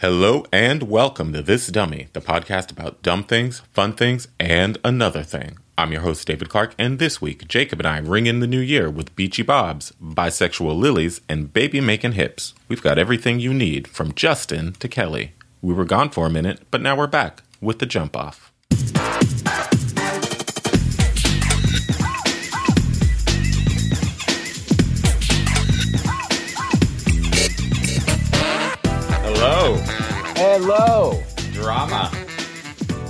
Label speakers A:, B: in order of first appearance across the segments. A: Hello and welcome to This Dummy, the podcast about dumb things, fun things, and another thing. I'm your host, David Clark, and this week, Jacob and I ring in the new year with Beachy Bobs, Bisexual Lilies, and Baby Making Hips. We've got everything you need, from Justin to Kelly. We were gone for a minute, but now we're back with the jump off. Hello,
B: Hello.
A: drama.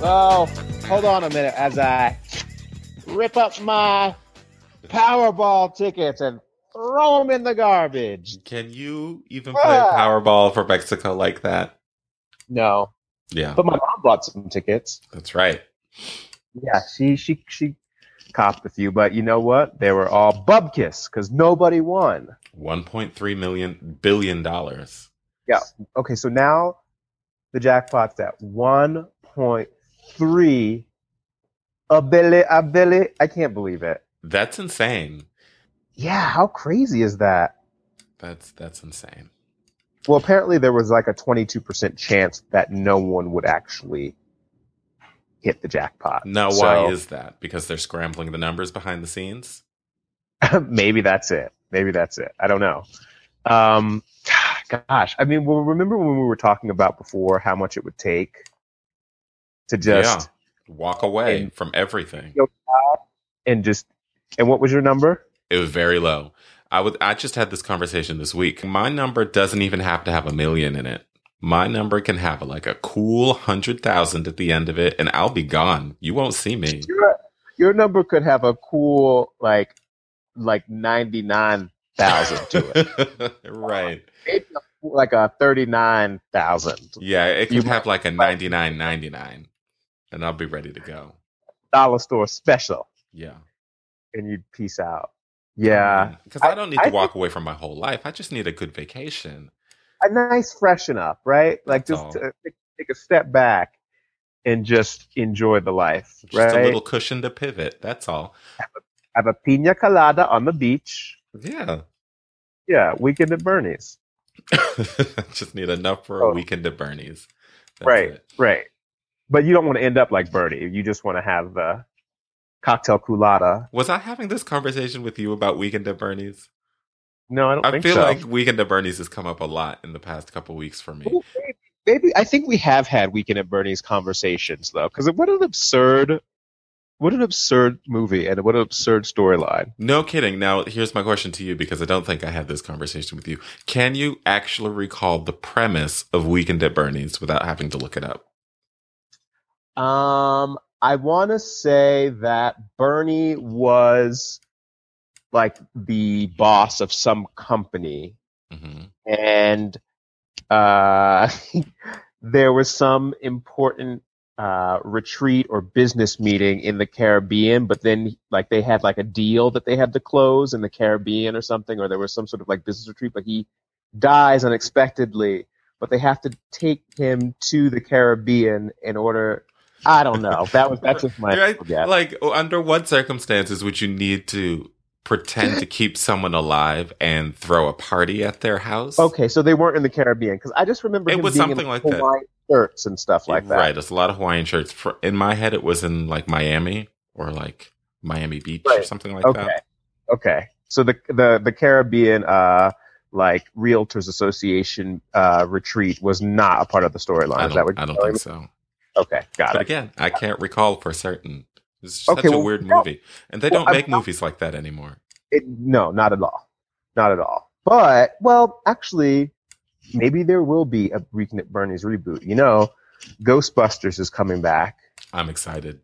B: Well, hold on a minute as I rip up my Powerball tickets and throw them in the garbage.
A: Can you even play
B: Ah.
A: Powerball for Mexico like that?
B: No,
A: Yeah,
B: but my mom bought some tickets.
A: that's right.
B: Yeah, she she she copped a few, but you know what? They were all bubkiss because nobody won.
A: 1.3 million billion dollars.
B: Okay, so now the jackpot's at one point three. A billy, a billy. I can't believe it.
A: That's insane.
B: Yeah, how crazy is that?
A: That's that's insane.
B: Well, apparently there was like a 22% chance that no one would actually hit the jackpot.
A: Now, why
B: So,
A: is that? Because they're scrambling the numbers behind the scenes.
B: maybe that's it. Maybe that's it. I don't know. Um, gosh, I mean, well, remember when we were talking about before how much it would take to just
A: Walk away
B: And-
A: from everything.
B: and just and what was your number?
A: It was very low. I would. I just had this conversation this week. My number doesn't even have to have a million in it. My number can have like a cool hundred thousand at the end of it, and I'll be gone. You won't see me.
B: Your, your number could have a cool like like 99,000 to it.
A: right.
B: Maybe like a 39,000.
A: Yeah, it
B: You
A: could have like a ninety nine ninety nine, and I'll be ready to go.
B: dollar store special
A: Yeah.
B: and you'd peace out. Yeah.
A: Because I, don't need to
B: I- I
A: walk away from my whole life. I just need a good vacation.
B: A nice freshen up, right? Like
A: That's
B: just
A: all.
B: to take, take a step back and just enjoy the life,
A: Just
B: right?
A: a little cushion to pivot. That's all.
B: Have a pina colada on the beach.
A: Yeah.
B: Yeah, weekend at Bernie's.
A: just need enough for a
B: Oh.
A: weekend at Bernie's. That's
B: Right,
A: it.
B: right. But you don't want to end up like Bernie. You just want to have the cocktail culada.
A: Was I having this conversation with you about Weekend at Bernie's?
B: No, I don't
A: I,
B: think
A: feel
B: so.
A: like Weekend at Bernie's has come up a lot in the past couple weeks for me.
B: Ooh, maybe, maybe I think we have had Weekend at Bernie's conversations though, because what an absurd, what an absurd movie and what an absurd storyline.
A: No kidding. Now, here's my question to you because I don't think I had this conversation with you. Can you actually recall the premise of Weekend at Bernie's without having to look it up?
B: Um, I want to say that Bernie was like the boss of some company,
A: hmm
B: and uh, there was some important uh, retreat or business meeting in the Caribbean. But then, like, they had like a deal that they had to close in the Caribbean or something, or there was some sort of like business retreat. But he dies unexpectedly. But they have to take him to the Caribbean in order. I don't know. That was that's just my
A: Right?
B: guess.
A: Like, under what circumstances would you need to pretend to keep someone alive and throw a party at their house?
B: Okay, so they weren't in the Caribbean because I just remember
A: It
B: him
A: was
B: being
A: something
B: in
A: like that.
B: Hawaiian shirts and stuff like that.
A: Right. It's a lot of Hawaiian shirts. For, in my head, it was in like Miami or like Miami Beach or
B: Right.
A: something like
B: okay.
A: that.
B: Okay. So the the the Caribbean uh like Realtors Association uh retreat was not a part of the
A: I
B: storyline. Is
A: don't,
B: that what
A: I
B: you're
A: don't think
B: telling me?
A: so.
B: Okay, got
A: But
B: it.
A: again, I can't recall for certain. It's such
B: Okay,
A: a
B: well,
A: weird
B: no.
A: movie. And they
B: Well,
A: don't
B: I'm
A: make
B: not-
A: movies like that anymore.
B: it. No, not at all. Not at all. But well, actually, maybe there will be a Weekend at Bernie's reboot. You know, Ghostbusters is coming back.
A: I'm excited.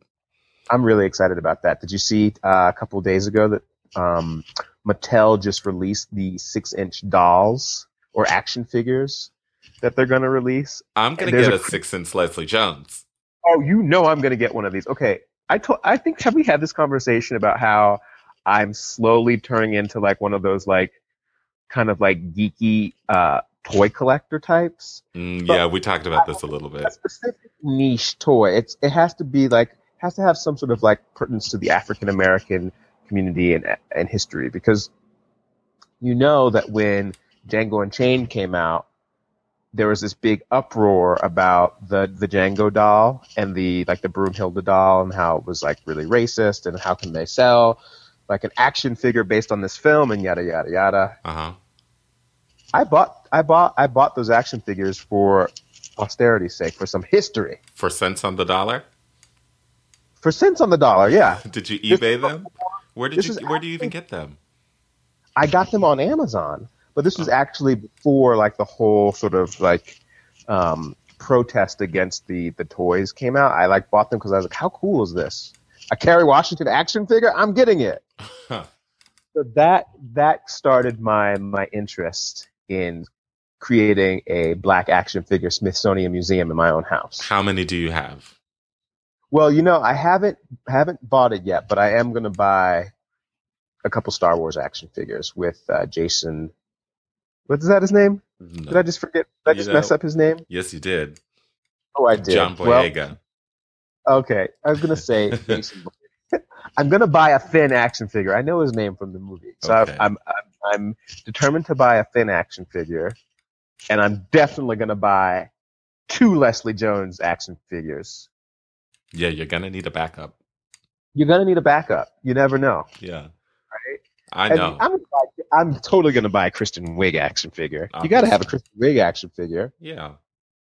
B: I'm really excited about that. Did you see uh, a couple of days ago that um, Mattel just released the six-inch dolls or action figures that they're going to release?
A: I'm going to
B: there's
A: get a,
B: a-
A: Six Sense Leslie Jones.
B: Oh, you know I'm gonna get one of these. Okay, I told. I think have we had this conversation about how I'm slowly turning into like one of those like kind of like geeky uh, toy collector types.
A: Mm,
B: But-
A: yeah, we talked about this a little bit.
B: A specific niche toy. It's it has to be like has to have some sort of like pertinence to the African American community and and history because you know that when Django Unchained came out, there was this big uproar about the the Django doll and the like the Broomhilda doll and how it was like really racist and how can they sell like an action figure based on this film and yada yada yada.
A: Uh huh.
B: I bought I bought I bought those action figures for posterity's sake for some history
A: For cents on the dollar?
B: for cents on the dollar. Yeah,
A: Did you
B: This
A: eBay
B: is
A: them? Where did
B: this
A: you
B: is
A: Where do you even get them?
B: I got them on Amazon, but this was actually before like the whole sort of like um, protest against the the toys came out. I like bought them because I was like, how cool is this? A Kerry Washington action figure? I'm getting it.
A: Huh.
B: So that that started my my interest in creating a black action figure Smithsonian Museum in my own house.
A: How many do you have?
B: Well, you know, I haven't haven't bought it yet, but I am going to buy a couple Star Wars action figures with uh, Jason. What is that his name? Did I
A: No.
B: just forget? Did I
A: You
B: just
A: know-
B: mess up his name?
A: Yes, you did.
B: Oh, I did.
A: John
B: Well,
A: Boyega.
B: okay, I was going to say Jason. Boyega. I'm going to buy a Finn action figure. I know his name from the movie, so
A: Okay.
B: I'm, I'm I'm I'm determined to buy a Finn action figure, and I'm definitely going to buy two Leslie Jones action figures.
A: yeah, you're gonna need a backup.
B: You're going to need a backup. You never know.
A: Yeah. Right. I
B: And
A: know.
B: I'm gonna buy- I'm totally gonna buy a Kristen Wiig action figure.
A: Uh-huh.
B: You got to have a Kristen Wiig action figure,
A: yeah.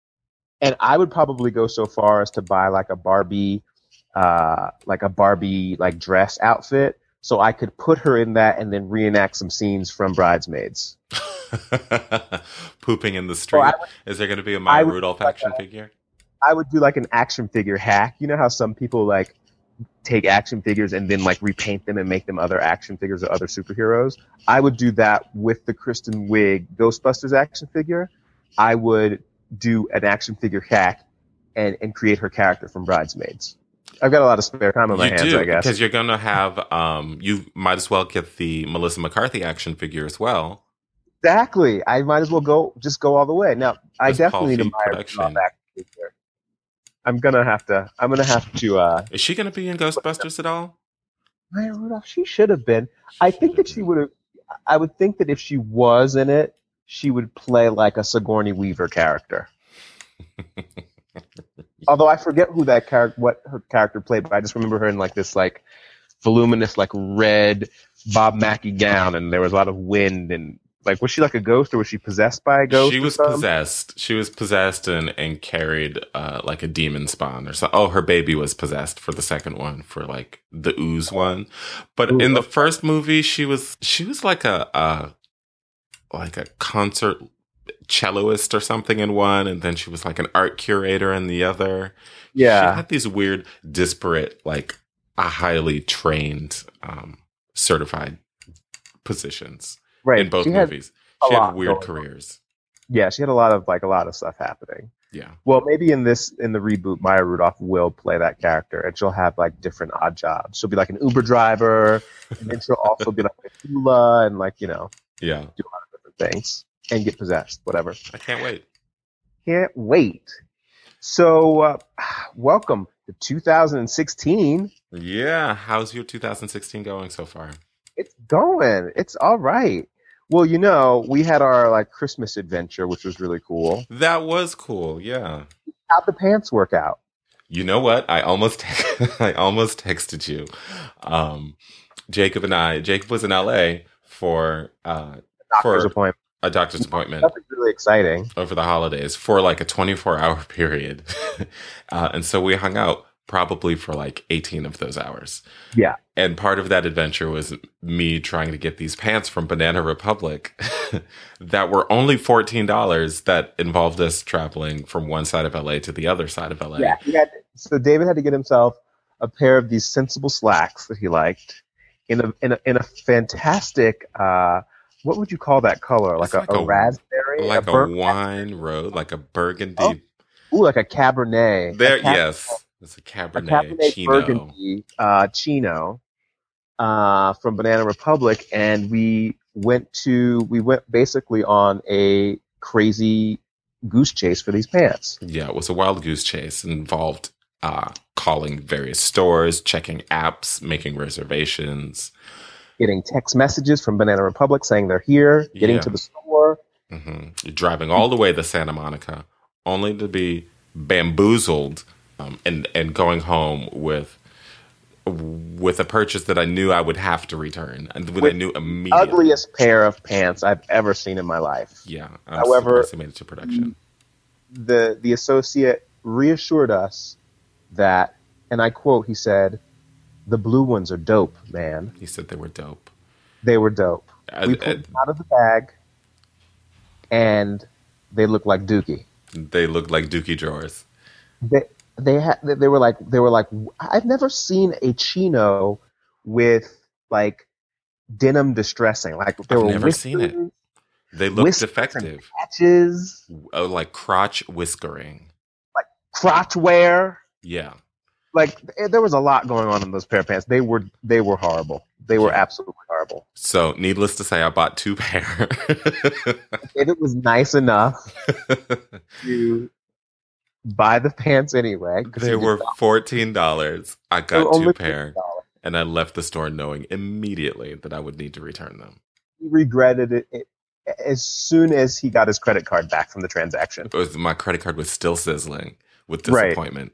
B: and I would probably go so far as to buy like a Barbie, uh, like a Barbie like dress outfit, so I could put her in that and then reenact some scenes from Bridesmaids.
A: Pooping in the
B: Or
A: street.
B: I would,
A: Is there gonna be a Maya
B: would
A: Rudolph
B: like
A: action figure?
B: I would do like an action figure hack. You know how some people like take action figures and then like repaint them and make them other action figures or other superheroes. I would do that with the Kristen Wiig Ghostbusters action figure. I would do an action figure hack and and create her character from Bridesmaids. I've got a lot of spare time on my
A: you
B: hands,
A: do
B: I guess.
A: because you're gonna have. Um, you might as well get the Melissa McCarthy action figure as well.
B: Exactly. I might as well go just go all the way. Now I
A: Just Paul
B: definitely need to
A: Feig
B: buy a
A: production.
B: Rob action figure. I'm gonna have to. I'm gonna have to. uh
A: Is she gonna be in Ghostbusters at all?
B: Maya Rudolph, she should have been. I think that she
A: Should've
B: would have. I would think that if she was in it, she would play like a Sigourney Weaver character. Although I forget who that character, what her character played, but I just remember her in like this like voluminous like red Bob Mackie gown, and there was a lot of wind and like was she like a ghost or was she possessed by a ghost?
A: She
B: or
A: was
B: something?
A: possessed. She was possessed and and carried uh like a demon spawn or something. Oh, her baby was possessed for the second one for like the ooze one. But
B: Ooh,
A: in the first movie, she was she was like a uh like a concert celloist or something in one, and then she was like an art curator in the other.
B: Yeah.
A: she had these weird, disparate, like a highly trained, um, certified positions
B: right.
A: in both
B: she had-
A: movies.
B: a
A: She had
B: lot
A: weird
B: going on.
A: careers.
B: yeah, she had a lot of like a lot of stuff happening.
A: Yeah.
B: Well, maybe in this in the reboot, Maya Rudolph will play that character, and she'll have like different odd jobs. She'll be like an Uber driver, and then she'll also be like a doula and like you know
A: Yeah.
B: different things and get possessed, whatever.
A: I can't wait.
B: Can't wait. So, uh, welcome to 2016.
A: Yeah. How's your 2016 going so far?
B: It's going. It's all right. Well, you know, we had our like Christmas adventure, which was really cool.
A: That was cool. Yeah.
B: How'd the pants work out?
A: You know what? I almost I almost texted you. Um, Jacob and I. Jacob was in LA for uh,
B: Doctor's
A: For-
B: appointment.
A: a doctor's appointment.
B: Nothing really exciting.
A: over the holidays for like a 24 hour period. uh, and so we hung out probably for like 18 of those hours.
B: Yeah.
A: And part of that adventure was me trying to get these pants from Banana Republic that were only $14 that involved us traveling from one side of LA to the other side of LA.
B: Yeah, he had, so David had to get himself a pair of these sensible slacks that he liked in a in a, in a fantastic uh, what would you call that color?
A: It's
B: Like, a,
A: like
B: a,
A: a-
B: raspberry,
A: Like
B: a
A: a,
B: bur-
A: wine road, like a burgundy.
B: ooh, like a cabernet. A
A: there,
B: Cab-
A: yes. It's a
B: a
A: Cabernet,
B: cabernet
A: Chino.
B: burgundy uh, chino uh, from Banana Republic, and we went to we went basically on a crazy goose chase for these pants.
A: Yeah, it was a wild goose chase involved uh, calling various stores, checking apps, making reservations.
B: getting text messages from Banana Republic saying they're here, getting
A: Yeah.
B: to the store, Mm-hmm.
A: hmm Driving all the way to Santa Monica, only to be bamboozled um, and and going home with with a purchase that I knew I would have to return, and that I
B: With
A: knew immediately.
B: Ugliest pair of pants I've ever seen in my life.
A: Yeah. I'm
B: However- mm-hmm.
A: surprised they made it to production.
B: the the associate reassured us that, and I quote, he said, "The blue ones are dope, man.
A: He said they were dope.
B: They were dope.
A: Uh,
B: we
A: uh,
B: pulled them out of the bag, and they looked like Dookie.
A: They looked like Dookie drawers.
B: They they had they were like they were like I've never seen a chino with like denim distressing. Like there
A: I've
B: were
A: never seen it.
B: whiskers,
A: They looked
B: Whiskers
A: effective.
B: patches,
A: Oh, like crotch whiskering.
B: crotch wear.
A: Yeah.
B: like eh, there was a lot going on in those pair of pants. They were they were horrible. They were
A: Yeah.
B: absolutely horrible.
A: So, needless to say, I bought two pair.
B: If it was nice enough to buy the pants anyway, 'cause
A: they
B: you
A: were
B: just
A: fourteen dollars. I
B: thought they
A: got
B: were
A: two
B: only
A: pair,
B: $50.
A: and I left the store knowing immediately that I would need to return them.
B: He regretted it, it as soon as he got his credit card back from the transaction.
A: It was- my credit card was still sizzling with
B: Right.
A: disappointment.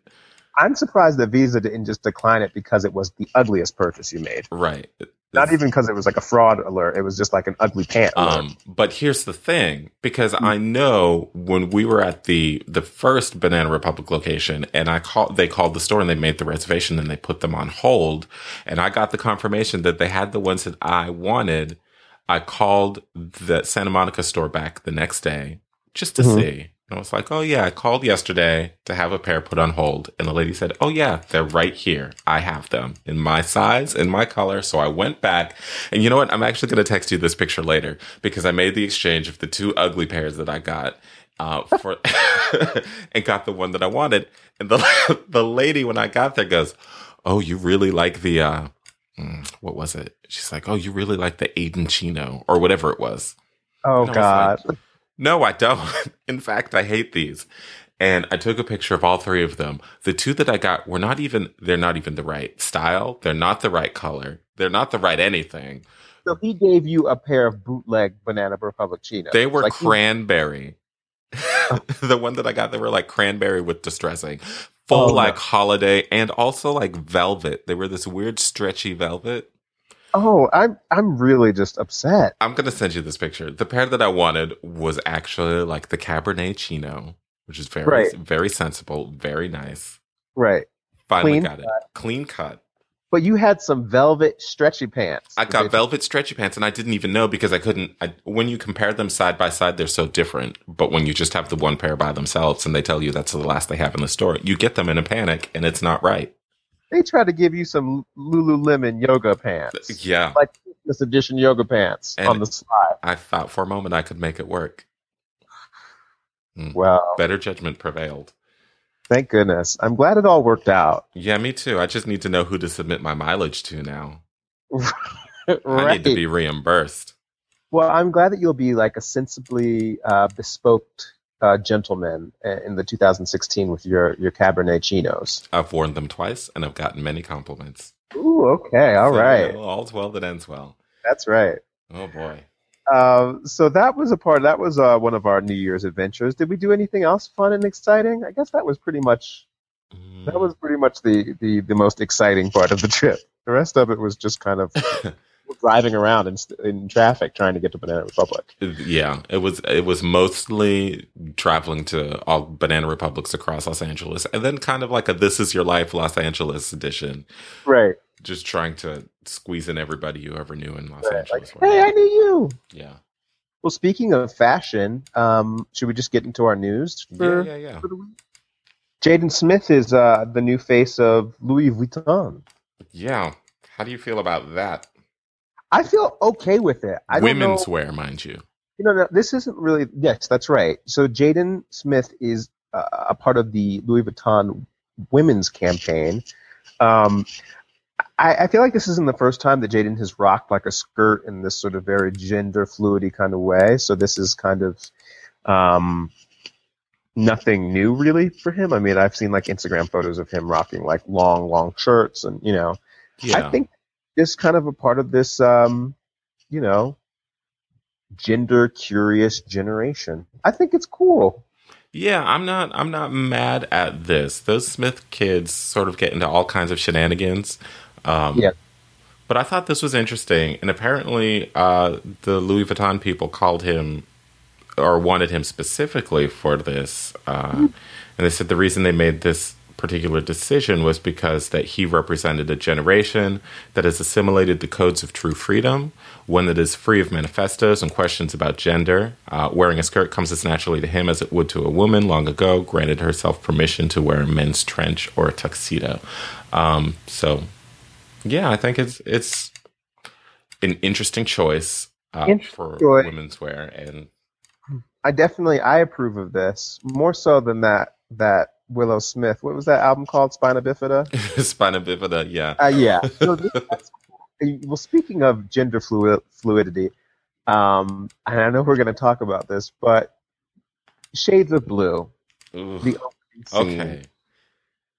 B: I'm surprised that Visa didn't just decline it because it was the ugliest purchase you made.
A: Right.
B: Not even because it was like a fraud alert. It was just like an ugly pant. alert.
A: Um, but here's the thing, because I know when we were at the the first Banana Republic location, and I called, they called the store and they made the reservation and they put them on hold, and I got the confirmation that they had the ones that I wanted. I called the Santa Monica store back the next day just to
B: Mhm.
A: see. And I was like, oh yeah, I called yesterday to have a pair put on hold. And the lady said, oh yeah, they're right here. I have them in my size, in my color. So I went back. And you know what? I'm actually going to text you this picture later because I made the exchange of the two ugly pairs that I got. Uh, for and got the one that I wanted, and the the lady when I got there goes, "Oh, you really like the uh, mm, what was it?" She's like, "Oh, you really like the Aiden Chino or whatever it was."
B: oh
A: and I was
B: God.
A: No, I don't. In fact, I hate these. And I took a picture of all three of them. The two that I got were not even, they're not even the right style. They're not the right color. They're not the right anything.
B: so he gave you a pair of bootleg Banana Republic chinos.
A: They were
B: Like, hmm. Oh. he-
A: cranberry. the one that I got, they were like cranberry with distressing. Full
B: Oh, no.
A: like holiday and also like velvet. They were this weird stretchy velvet.
B: Oh, I'm I'm really just upset.
A: I'm gonna send you this picture. The pair that I wanted was actually like the Cabernet Chino, which is very
B: Right.
A: very sensible, very nice.
B: Right.
A: Finally
B: Clean
A: got it. Clean cut.
B: But you had some velvet stretchy pants.
A: I got velvet stretchy pants, and I didn't even know because I couldn't. I, when you compare them side by side, they're so different. But when you just have the one pair by themselves, and they tell you that's the last they have in the store, you get them in a panic, and it's not right.
B: They tried to give you some Lululemon yoga pants.
A: Yeah,
B: Like this edition yoga pants
A: And-
B: on the slide.
A: I thought for a moment I could make it work.
B: Well,
A: Better judgment prevailed.
B: thank goodness. I'm glad it all worked out.
A: Yeah, me too. I just need to know who to submit my mileage to now. I
B: right.
A: need to be reimbursed.
B: well, I'm glad that you'll be like a sensibly uh, bespoke uh, gentleman uh, in the 2016 with your your Cabernet chinos.
A: I've worn them twice, and I've gotten many compliments.
B: Ooh, okay, all
A: So,
B: right.
A: you know, all's well that ends well.
B: That's right.
A: Oh boy.
B: Um, so that was a part. That was uh, one of our New Year's adventures. Did we do anything else fun and exciting? I guess that was pretty much that was pretty much the the, the most exciting part of the trip. The rest of it was just kind of driving around in, in traffic trying to get to Banana Republic.
A: Yeah, it was it was mostly traveling to all banana republics across Los Angeles, and then kind of like a "This Is Your Life" Los Angeles edition,
B: Right.
A: just trying to squeeze in everybody you ever knew in Los
B: right. Like,
A: Angeles.
B: hey, I knew you.
A: yeah,
B: Well, speaking of fashion, um, should we just get into our news for,
A: yeah, yeah, yeah.
B: for the week? Jaden Smith is uh, the new face of Louis Vuitton.
A: Yeah, how do you feel about that?
B: I feel okay with it. I don't know-
A: Women's wear, mind you.
B: You know, no, this isn't really. Yes, that's right. So Jaden Smith is uh, a part of the Louis Vuitton women's campaign. Um, I, I feel like this isn't the first time that Jaden has rocked like a skirt in this sort of very gender fluidy kind of way. So this is kind of um, nothing new, really, for him. I mean, I've seen like Instagram photos of him rocking like long, long shirts, and you know,
A: Yeah,
B: I think just kind of a part of this, um, you know, gender curious generation. I think it's cool.
A: Yeah, I'm not I'm not mad at this. Those Smith kids sort of get into all kinds of shenanigans. Um
B: Yeah.
A: but I thought this was interesting and apparently uh the Louis Vuitton people called him or wanted him specifically for this. Uh and they said the reason they made this particular decision was because that he represented a generation that has assimilated the codes of true freedom, one that is free of manifestos and questions about gender. Uh, wearing a skirt comes as naturally to him as it would to a woman long ago granted herself permission to wear a men's trench or a tuxedo. Um, so, yeah, I think it's it's an interesting choice uh,
B: Interesting
A: for
B: choice.
A: women's wear, and
B: I definitely I approve of this more so than that that Willow Smith. What was that album called? Spina Bifida.
A: spina bifida, yeah.
B: Uh, yeah. So this- that's cool. well, speaking of gender fluid, fluidity, um, and I know we're going to talk about this, but Shades of Blue,
A: Ooh,
B: the opening scene,
A: okay.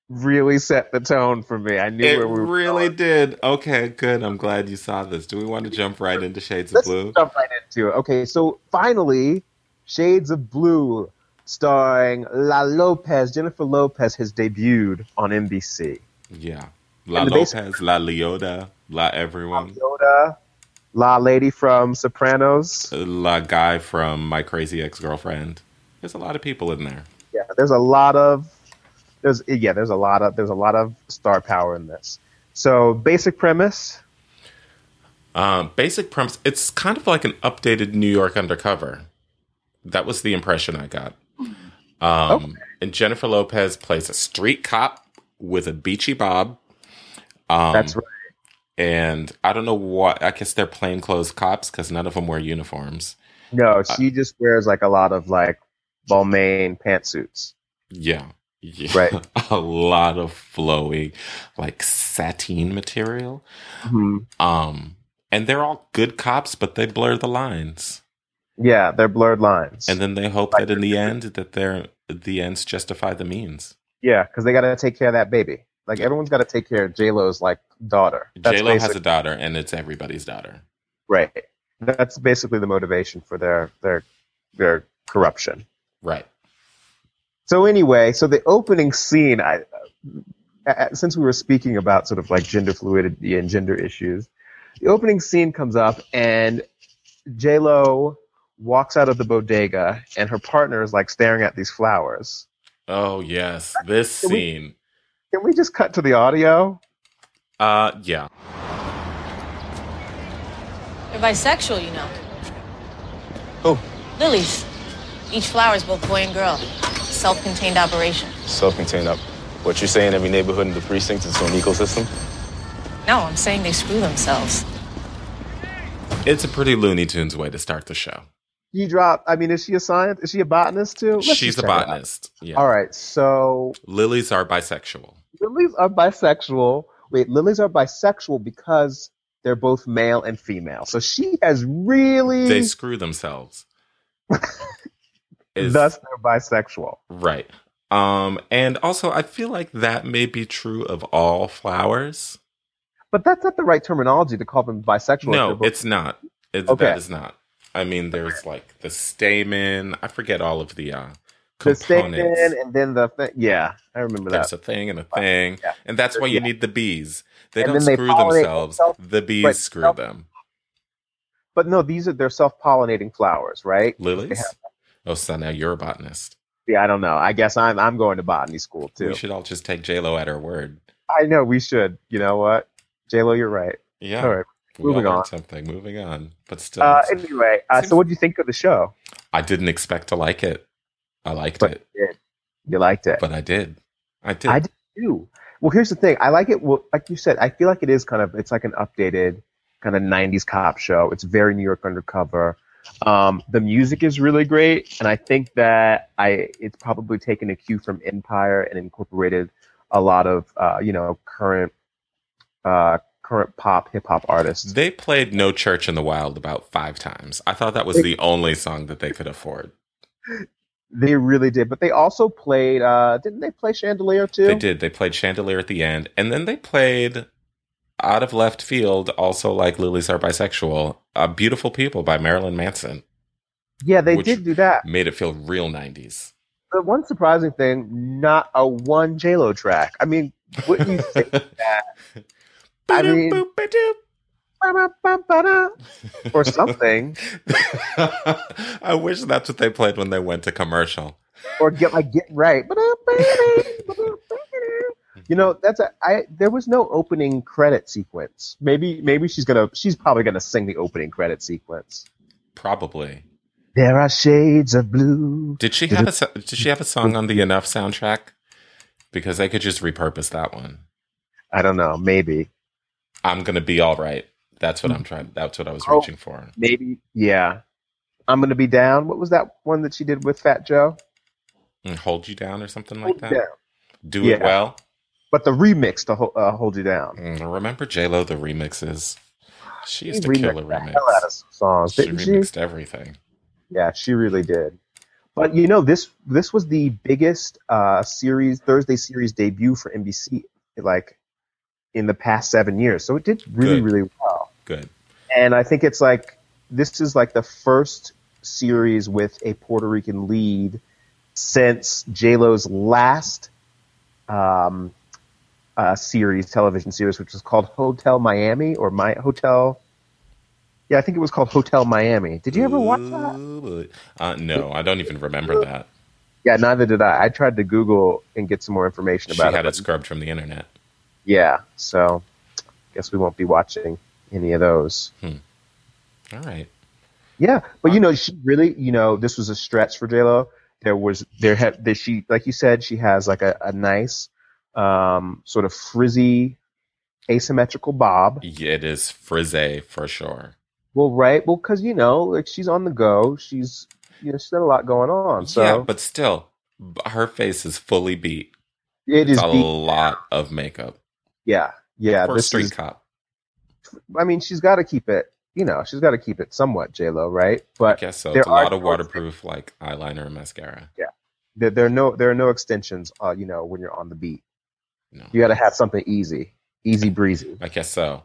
B: really set the tone for me. I knew
A: It
B: where we were
A: really
B: going.
A: did. Okay, good. I'm glad you saw this. Do we want to jump right into Shades of
B: Let's
A: Blue?
B: jump right into it. Okay, so finally, Shades of Blue, starring La Lopez, Jennifer Lopez, has debuted on NBC.
A: Yeah. La
B: And the
A: Lopez,
B: basic-
A: La Leota, La everyone,
B: Yoda, La Lady from Sopranos.
A: La guy from My Crazy Ex Girlfriend. There's a lot of people in there.
B: yeah there's a lot of there's yeah there's a lot of there's a lot of star power in this so basic premise
A: Um, basic premise. It's kind of like an updated New York undercover. That was the impression I got. Um, And Jennifer Lopez plays a street cop with a beachy bob. Um,
B: that's right
A: and I don't know what. I guess they're plainclothes cops because none of them wear uniforms.
B: no she just wears like a lot of like Balmain pantsuits
A: Yeah, yeah.
B: Right.
A: a lot of flowy, like sateen material.
B: Mhm.
A: Um, and they're all good cops, but they blur the lines,
B: yeah they're blurred lines
A: and then they hope that in the end that they're the ends justify the means.
B: yeah because they got to take care of that baby like everyone's got to take care of j lo's like daughter that's
A: J Lo has
B: basic-
A: a daughter, and it's everybody's daughter.
B: right that's basically the motivation for their their their corruption
A: Right.
B: So anyway, so the opening scene, I, uh, since we were speaking about sort of like gender fluidity and gender issues, the opening scene comes up and J Lo walks out of the bodega and her partner is like staring at these flowers.
A: Oh yes, this
B: Can we-
A: scene.
B: Can we just cut to the audio?
A: Uh, yeah.
C: They're bisexual, you know.
D: Who?
C: Lilies. Each flower is both boy and girl. Self-contained operation.
D: Self-contained up. What you're saying, every neighborhood in the precinct is its own ecosystem?
C: No, I'm saying they screw themselves.
A: It's a pretty Looney Tunes way to start the show.
B: You drop. I mean, is she a scientist? Is she a botanist too? Let's
A: She's
B: just
A: a
B: check it out.
A: botanist. Yeah.
B: All right. So
A: Lilies are bisexual.
B: lilies are bisexual. Wait, lilies are bisexual because they're both male and female. So she has really
A: They screw themselves. Is-
B: Thus, they're bisexual.
A: Right. Um, and also, I feel like that may be true of all flowers.
B: But that's not the right terminology to call them bisexual. They're
A: no,
B: both-
A: it's not. It's,
B: Okay.
A: That is not. I mean, there's like the stamen. I forget all of the uh,
B: the
A: components.
B: stamen and then the thing. Yeah, I remember that.
A: there's a thing and a thing,
B: Yeah.
A: and that's why you
B: Yeah.
A: need the bees. They
B: And
A: don't
B: then they
A: screw
B: pollinate
A: themselves.
B: themselves,
A: The bees
B: right,
A: screw
B: self-
A: them.
B: But no, these are they're self-pollinating flowers, right?
A: Lilies. Oh, so now you're a botanist.
B: Yeah, I don't know. I guess I'm I'm going to botany school too.
A: We should all just take J Lo at her word.
B: I know we should. You know what, J Lo, you're right.
A: Yeah.
B: All right.
A: We all
B: moving
A: learned
B: on.
A: Something. Moving on. But still,
B: Uh, anyway, uh,
A: Seems-
B: so what do you think of the show?
A: I didn't expect to like it. I liked
B: But-
A: it.
B: You liked it?
A: but I did. I did.
B: I did too. Well, here's the thing. I like it. Well, like you said, I feel like it is kind of it's like an updated kind of '90s cop show. It's very New York undercover. Um, the music is really great, and I think that I it's probably taken a cue from Empire and incorporated a lot of uh, you know current uh, current pop hip hop artists.
A: They played No Church in the Wild about five times. I thought that was the only song that they could afford.
B: They really did, but they also played. Uh, didn't they play Chandelier too?
A: They did. They played Chandelier at the end, and then they played out of left field, also like Lilies Are Bisexual, uh, Beautiful People by Marilyn Manson.
B: Yeah, they
A: Which-
B: did do that.
A: Made it feel real 90s.
B: The one surprising thing, not a one J Lo track. I mean, wouldn't you think that? I mean- Ba-da-ba-ba-da, or something,
A: I wish that's what they played when they went to commercial.
B: or get like get right. Ba-da-ba-da, You know, that's a I. There was no opening credit sequence. Maybe, maybe she's gonna. She's probably gonna sing the opening credit sequence.
A: Probably.
B: There are shades of blue.
A: Did she have a so- Did she have a song on the Enough soundtrack? Because they could just repurpose that one.
B: I don't know. Maybe,
A: I'm gonna be all right. That's what I'm trying. That's what I was
B: Oh.
A: reaching for.
B: maybe, yeah. I'm gonna be down. What was that one that she did with Fat Joe?
A: And Mm, hold you down or something like
B: Hold
A: that.
B: You Down.
A: Do it
B: Yeah.
A: well.
B: But the remix to ho- uh, hold you down.
A: Mm, remember J Lo the remixes. She used to
B: She
A: kill a
B: remixed the
A: remix.
B: hell out of some songs,
A: She
B: didn't she?
A: remixed everything.
B: Yeah, she really did. But you know, this this was the biggest uh, series Thursday series debut for NBC, like in the past seven years. So it did really,
A: Good.
B: really well.
A: Good.
B: And I think it's like this is like the first series with a Puerto Rican lead since J Lo's last um, uh, series, television series, which was called Hotel Miami or My Hotel. Yeah, I think it was called Hotel Miami. Did you ever watch that?
A: Uh, no, I don't even remember that.
B: Yeah, neither did I. I tried to Google and get some more information
A: She
B: about
A: had
B: it.
A: it scrubbed from the internet.
B: Yeah, so guess we won't be watching any of those.
A: All right.
B: Yeah, but you know, she really, you know, this was a stretch for J Lo. There was there had there she like you said she has like a, a nice um, sort of frizzy asymmetrical bob.
A: Yeah, it is frizzy for sure.
B: Well, right, well, because you know, like she's on the go. She's you know she's got a lot going on. So
A: yeah, but still, b- her face is fully beat.
B: it is
A: It's a
B: deep-
A: lot of makeup
B: yeah yeah.
A: for a
B: This
A: street
B: is,
A: cop.
B: I mean, she's got to keep it. You know, she's got to keep it somewhat J Lo, right?
A: I
B: But
A: guess so.
B: uh, there
A: It's a lot
B: are
A: of waterproof, like eyeliner and mascara.
B: there, there are no there are no extensions. Uh, you know, when you're on the beat,
A: No,
B: you got to have something easy, easy breezy.
A: I guess so.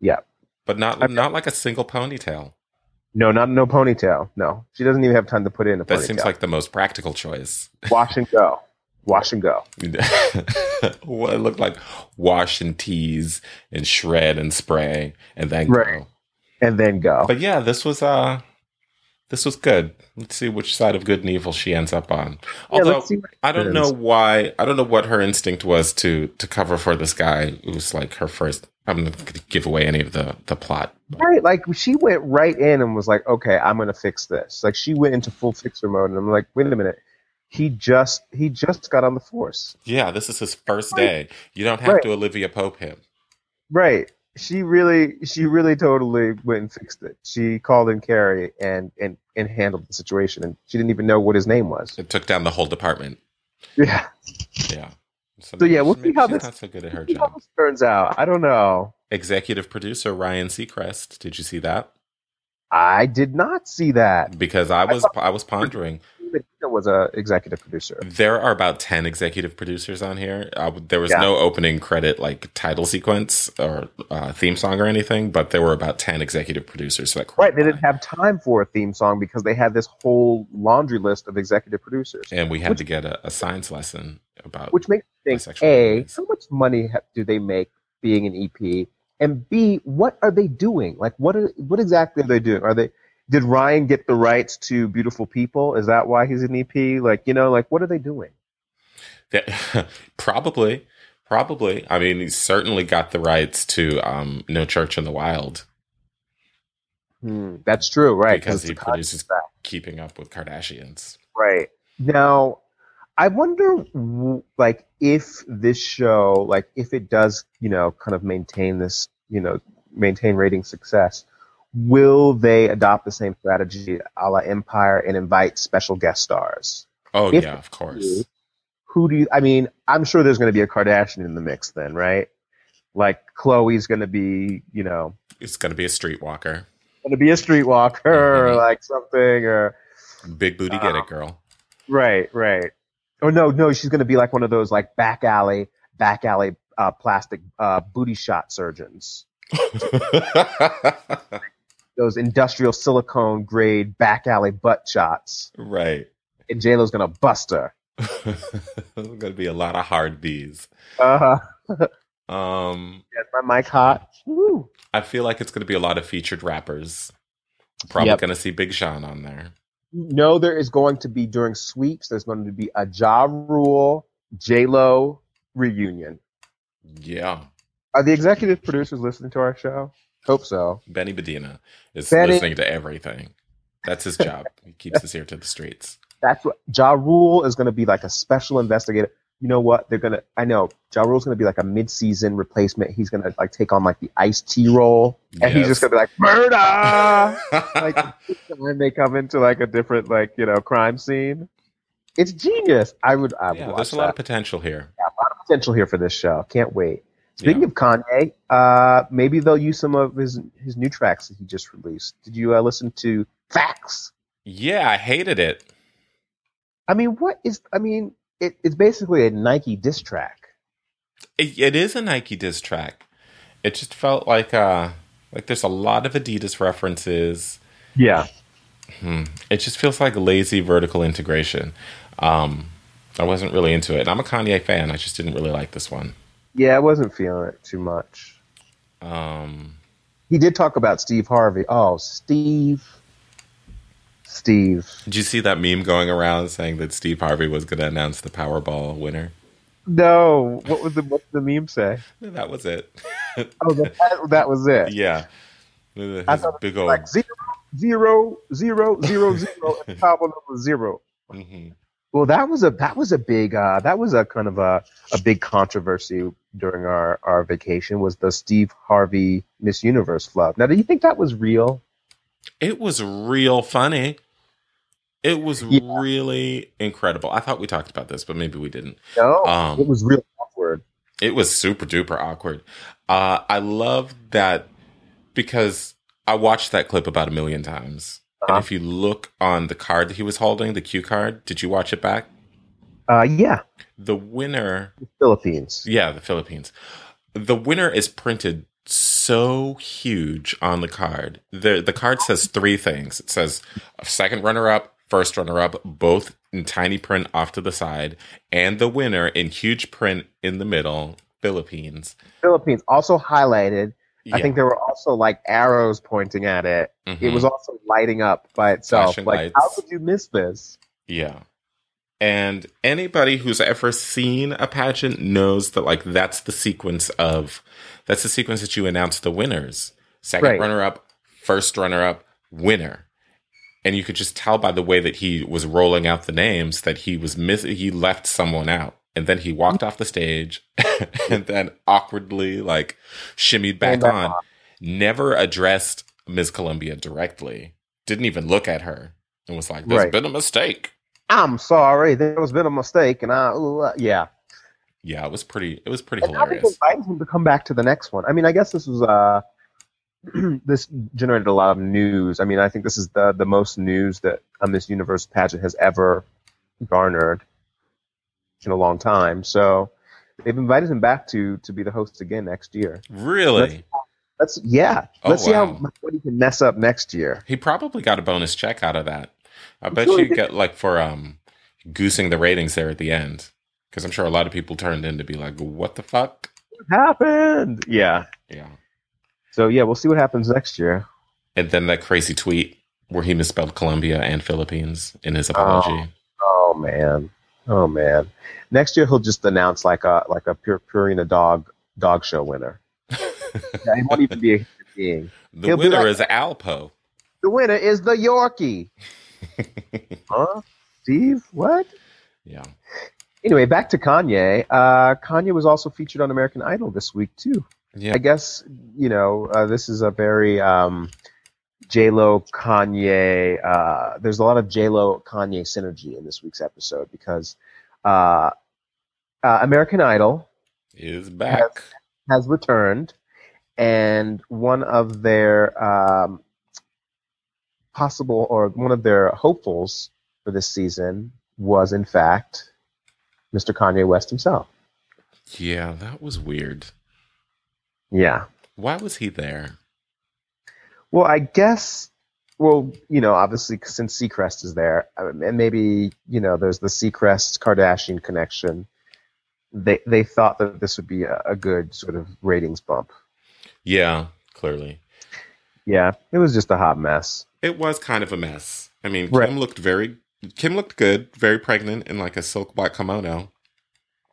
B: Yeah.
A: but not
B: I-
A: not like a single ponytail.
B: No, not no ponytail. No, she doesn't even have time to put in a
A: That
B: ponytail.
A: seems like the most practical choice.
B: wash and go, wash and go.
A: well, it looked like wash and tease and shred and spray and then
B: Right.
A: go.
B: And then go.
A: But yeah, this was uh this was good. Let's see which side of good and evil she ends up on.
B: yeah,
A: Although
B: let's see what
A: I don't
B: happens.
A: know why I don't know what her instinct was to to cover for this guy who's like her first I'm not gonna give away any of the the plot.
B: Right, like she went right in and was like, "Okay, I'm gonna fix this." Like she went into full fixer mode, and I'm like, "Wait a minute, he just he just got on the force."
A: Yeah, this is his first day. You don't have
B: Right.
A: to Olivia Pope him.
B: Right. She really, she really totally went and fixed it. She called in Carrie and and and handled the situation, and she didn't even know what his name was.
A: It took down the whole department.
B: Yeah.
A: Yeah.
B: So, yeah, we'll see
A: maybe
B: how
A: she's
B: this-
A: not so good at her
B: See how
A: job.
B: this turns out. I don't know.
A: Executive producer Ryan Seacrest. Did you see that?
B: I did not see that.
A: Because I was I was pondering
B: Medina was a executive producer.
A: There are about 10 executive producers on here. Uh, there was
B: Yeah.
A: no opening credit, like title sequence or uh, theme song or anything, but there were about 10 executive producers. That
B: Right.
A: crawled
B: They didn't
A: by.
B: have time for a theme song because they had this whole laundry list of executive producers,
A: and we had
B: which-
A: to get a, a science lesson about
B: which makes me think:
A: Bisexual
B: a,
A: movies.
B: how much money ha- do they make being an EP, and b, what are they doing? Like, what are what exactly are they doing? Are they did Ryan get the rights to Beautiful People? Is that why he's an EP? Like, you know, like what are they doing?
A: that, probably, probably. I mean, he certainly got the rights to um, No Church in the Wild,
B: Hmm, that's true, right?
A: Because
B: it's
A: he
B: a
A: produces-
B: contract.
A: keeping up with Kardashians.
B: Right. Now, I wonder, w- like, if this show, like, if it does, you know, kind of maintain this, you know, maintain rating success, will they adopt the same strategy a la Empire and invite special guest stars?
A: Oh,
B: If-
A: yeah, of course.
B: Who do you, I mean, I'm sure there's going to be a Kardashian in the mix then, right? Like, Chloe's going to be, you know,
A: It's going to be a streetwalker.
B: going to be a streetwalker or
A: Mhm.
B: like something or.
A: Big booty, get it, girl.
B: Right, right. Oh no, no, she's gonna be like one of those like back alley, back alley uh, plastic uh, booty shot surgeons. those industrial silicone grade back alley butt shots,
A: Right.
B: and J Lo's gonna bust her.
A: There's gonna be a lot of hard B's.
B: Uh,
A: Um,
B: yes, my mic hot. Woo.
A: I feel like it's gonna be a lot of featured rappers. Probably
B: Yep.
A: gonna see Big Sean on there.
B: No, there is going to be during sweeps. There's going to be a Ja Rule J Lo reunion.
A: Yeah.
B: Are the executive producers listening to our show? Hope so.
A: Benny Bedina is
B: Benny-
A: listening to everything. That's his job. he keeps his ear to the streets.
B: That's what Ja Rule is going to be like a special investigator. You know what? They're gonna. I know Ja Rule's going to be like a mid-season replacement. He's going to like take on like the Ice T role, and he's
A: Yes.
B: just going to be like murder. like when they come into like a different like you know crime scene. It's genius. I would. I would
A: yeah,
B: watch
A: there's a
B: that.
A: lot of potential here.
B: potential here for this show. Can't wait. Speaking
A: Yeah.
B: of Kanye, uh, maybe they'll use some of his his new tracks that he just released. Did you uh, listen to Facts?
A: Yeah, I hated it.
B: I mean, what is? I mean, it, it's basically a Nike diss track.
A: it. It is a Nike diss track. It just felt like uh like there's a lot of Adidas references.
B: Yeah,
A: Hmm. It just feels like lazy vertical integration. Um, I wasn't really into it. And I'm a Kanye fan. I just didn't really like this one.
B: yeah. I wasn't feeling it too much.
A: Um,
B: He did talk about Steve Harvey. Oh, Steve, Steve.
A: did you see that meme going around saying that Steve Harvey was going to announce the Powerball winner?
B: No, what was the what did the meme say?
A: No, That was it.
B: Oh, that, that was it.
A: yeah. His
B: I thought it
A: big old.
B: Like zero, zero, zero, zero, zero, and power number zero.
A: Mhm.
B: Well, that was a that was a big uh, that was a kind of a, a big controversy during our, our vacation was the Steve Harvey Miss Universe flub. Now, do you think that was real?
A: It was real funny. It was
B: Yeah.
A: really incredible. I thought we talked about this, but maybe we didn't.
B: No,
A: Um,
B: it was real awkward.
A: It was super duper awkward. Uh, I love that because I watched that clip about a million times.
B: Uh-huh.
A: And if you look on the card that he was holding, the cue card, did you watch it back?
B: Uh, yeah,
A: The winner,
B: Philippines.
A: yeah, the Philippines. The winner is printed so huge on the card. The the card says three things. It says second runner up, first runner up, both in tiny print off to the side, and the winner in huge print in the middle, Philippines.
B: Philippines also highlighted. I
A: Yeah.
B: think there were also like arrows pointing at it. It
A: Mhm.
B: was also lighting up by itself.
A: Flashing
B: like,
A: lights.
B: how could you miss this?
A: Yeah. And anybody who's ever seen a pageant knows that like that's the sequence of that's the sequence that you announce the winners. Second
B: Right.
A: runner up, first runner up, winner. And you could just tell by the way that he was rolling out the names that he was miss he left someone out. And then he walked off the stage and then awkwardly like shimmied back
B: And, uh,
A: on. Never addressed Ms. Columbia directly. Didn't even look at her and was like, "There's
B: Right.
A: been a mistake.
B: I'm sorry, there's been a mistake, and I, ooh, uh, yeah.
A: Yeah, it was pretty. It was pretty
B: And I think
A: hilarious.
B: inviting him to come back to the next one. I mean, I guess this was uh, this generated a lot of news. I mean, I think this is the the most news that a Miss Universe pageant has ever garnered in a long time. So they've invited him back to to be the host again next year.
A: Really,
B: Let's yeah,
A: Oh,
B: let's see how
A: wow.
B: much what he can mess up next year.
A: he probably got a bonus check out of that. I bet
B: sure he
A: you get like for um goosing the ratings there at the end, because I'm sure a lot of people turned in to be like, "What the fuck?"
B: What happened? Yeah.
A: Yeah.
B: So yeah, we'll see what happens next year.
A: And then that crazy tweet where he misspelled Colombia and Philippines in his apology.
B: Oh man. Oh man. Next year he'll just announce like a like a pure Purina dog dog show winner. yeah, it won't even be a human being.
A: the
B: He'll be
A: winner
B: like-
A: is Alpo.
B: The winner is the Yorkie. huh? Steve? What?
A: Yeah.
B: Anyway, back to Kanye. Uh, Kanye was also featured on American Idol this week too.
A: Yeah.
B: I guess you know uh, this is a very um, J Lo Kanye. Uh, there's a lot of J Lo Kanye synergy in this week's episode because uh, uh, American Idol
A: Is back.
B: has returned, and one of their um, possible or one of their hopefuls for this season was, in fact, Mr. Kanye West himself.
A: Yeah, that was weird.
B: Yeah.
A: Why was he there?
B: Well, I guess. Well, you know, obviously since Seacrest is there, um, and maybe you know, there's the Seacrest Kardashian connection. They they thought that this would be a, a good sort of ratings bump.
A: Yeah, clearly.
B: Yeah, it was just a hot mess.
A: It was kind of a mess. I mean, Kim
B: Right.
A: looked very Kim looked good, very pregnant in like a silk white kimono.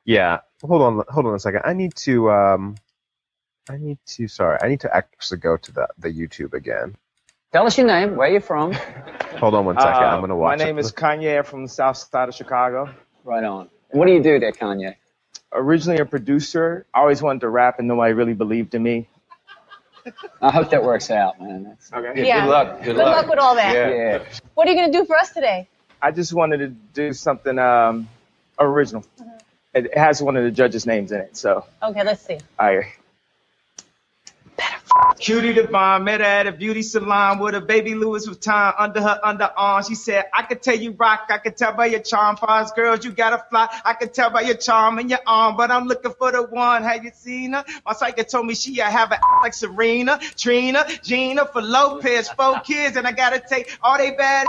B: Yeah, hold on, hold on a second. I need to. um I need to. Sorry, I need to actually go to the the YouTube again.
E: Tell us your name, where you're from.
B: Hold on one second.
F: Uh,
B: I'm gonna watch.
F: My name
B: it.
F: is Kanye. I'm from the South Side of Chicago.
E: Right on. What do you do there, Kanye?
F: Originally a producer, I always wanted to rap, and nobody really believed in me.
E: I hope that works out, man. That's,
F: Okay.
C: Yeah.
D: Good luck. Good
C: Good luck
D: luck.
C: with all that.
D: Yeah.
E: yeah.
C: What are you gonna do for us today?
F: I just wanted to do something um, original.
B: Mm-hmm.
F: It it has one of the judges' names in it, so
C: Okay, let's see.
F: I. Cutie Devine met her at a beauty salon with a baby Louis Vuitton under her underarm. She said, I could tell you rock, I could tell by your charm. Fines girls, you gotta fly. I could tell by your charm and your arm, but I'm looking for the one. Have you seen her? My psychic told me she a have an like Serena, Trina, Gina, for Lopez, four kids, and I gotta take all they bad.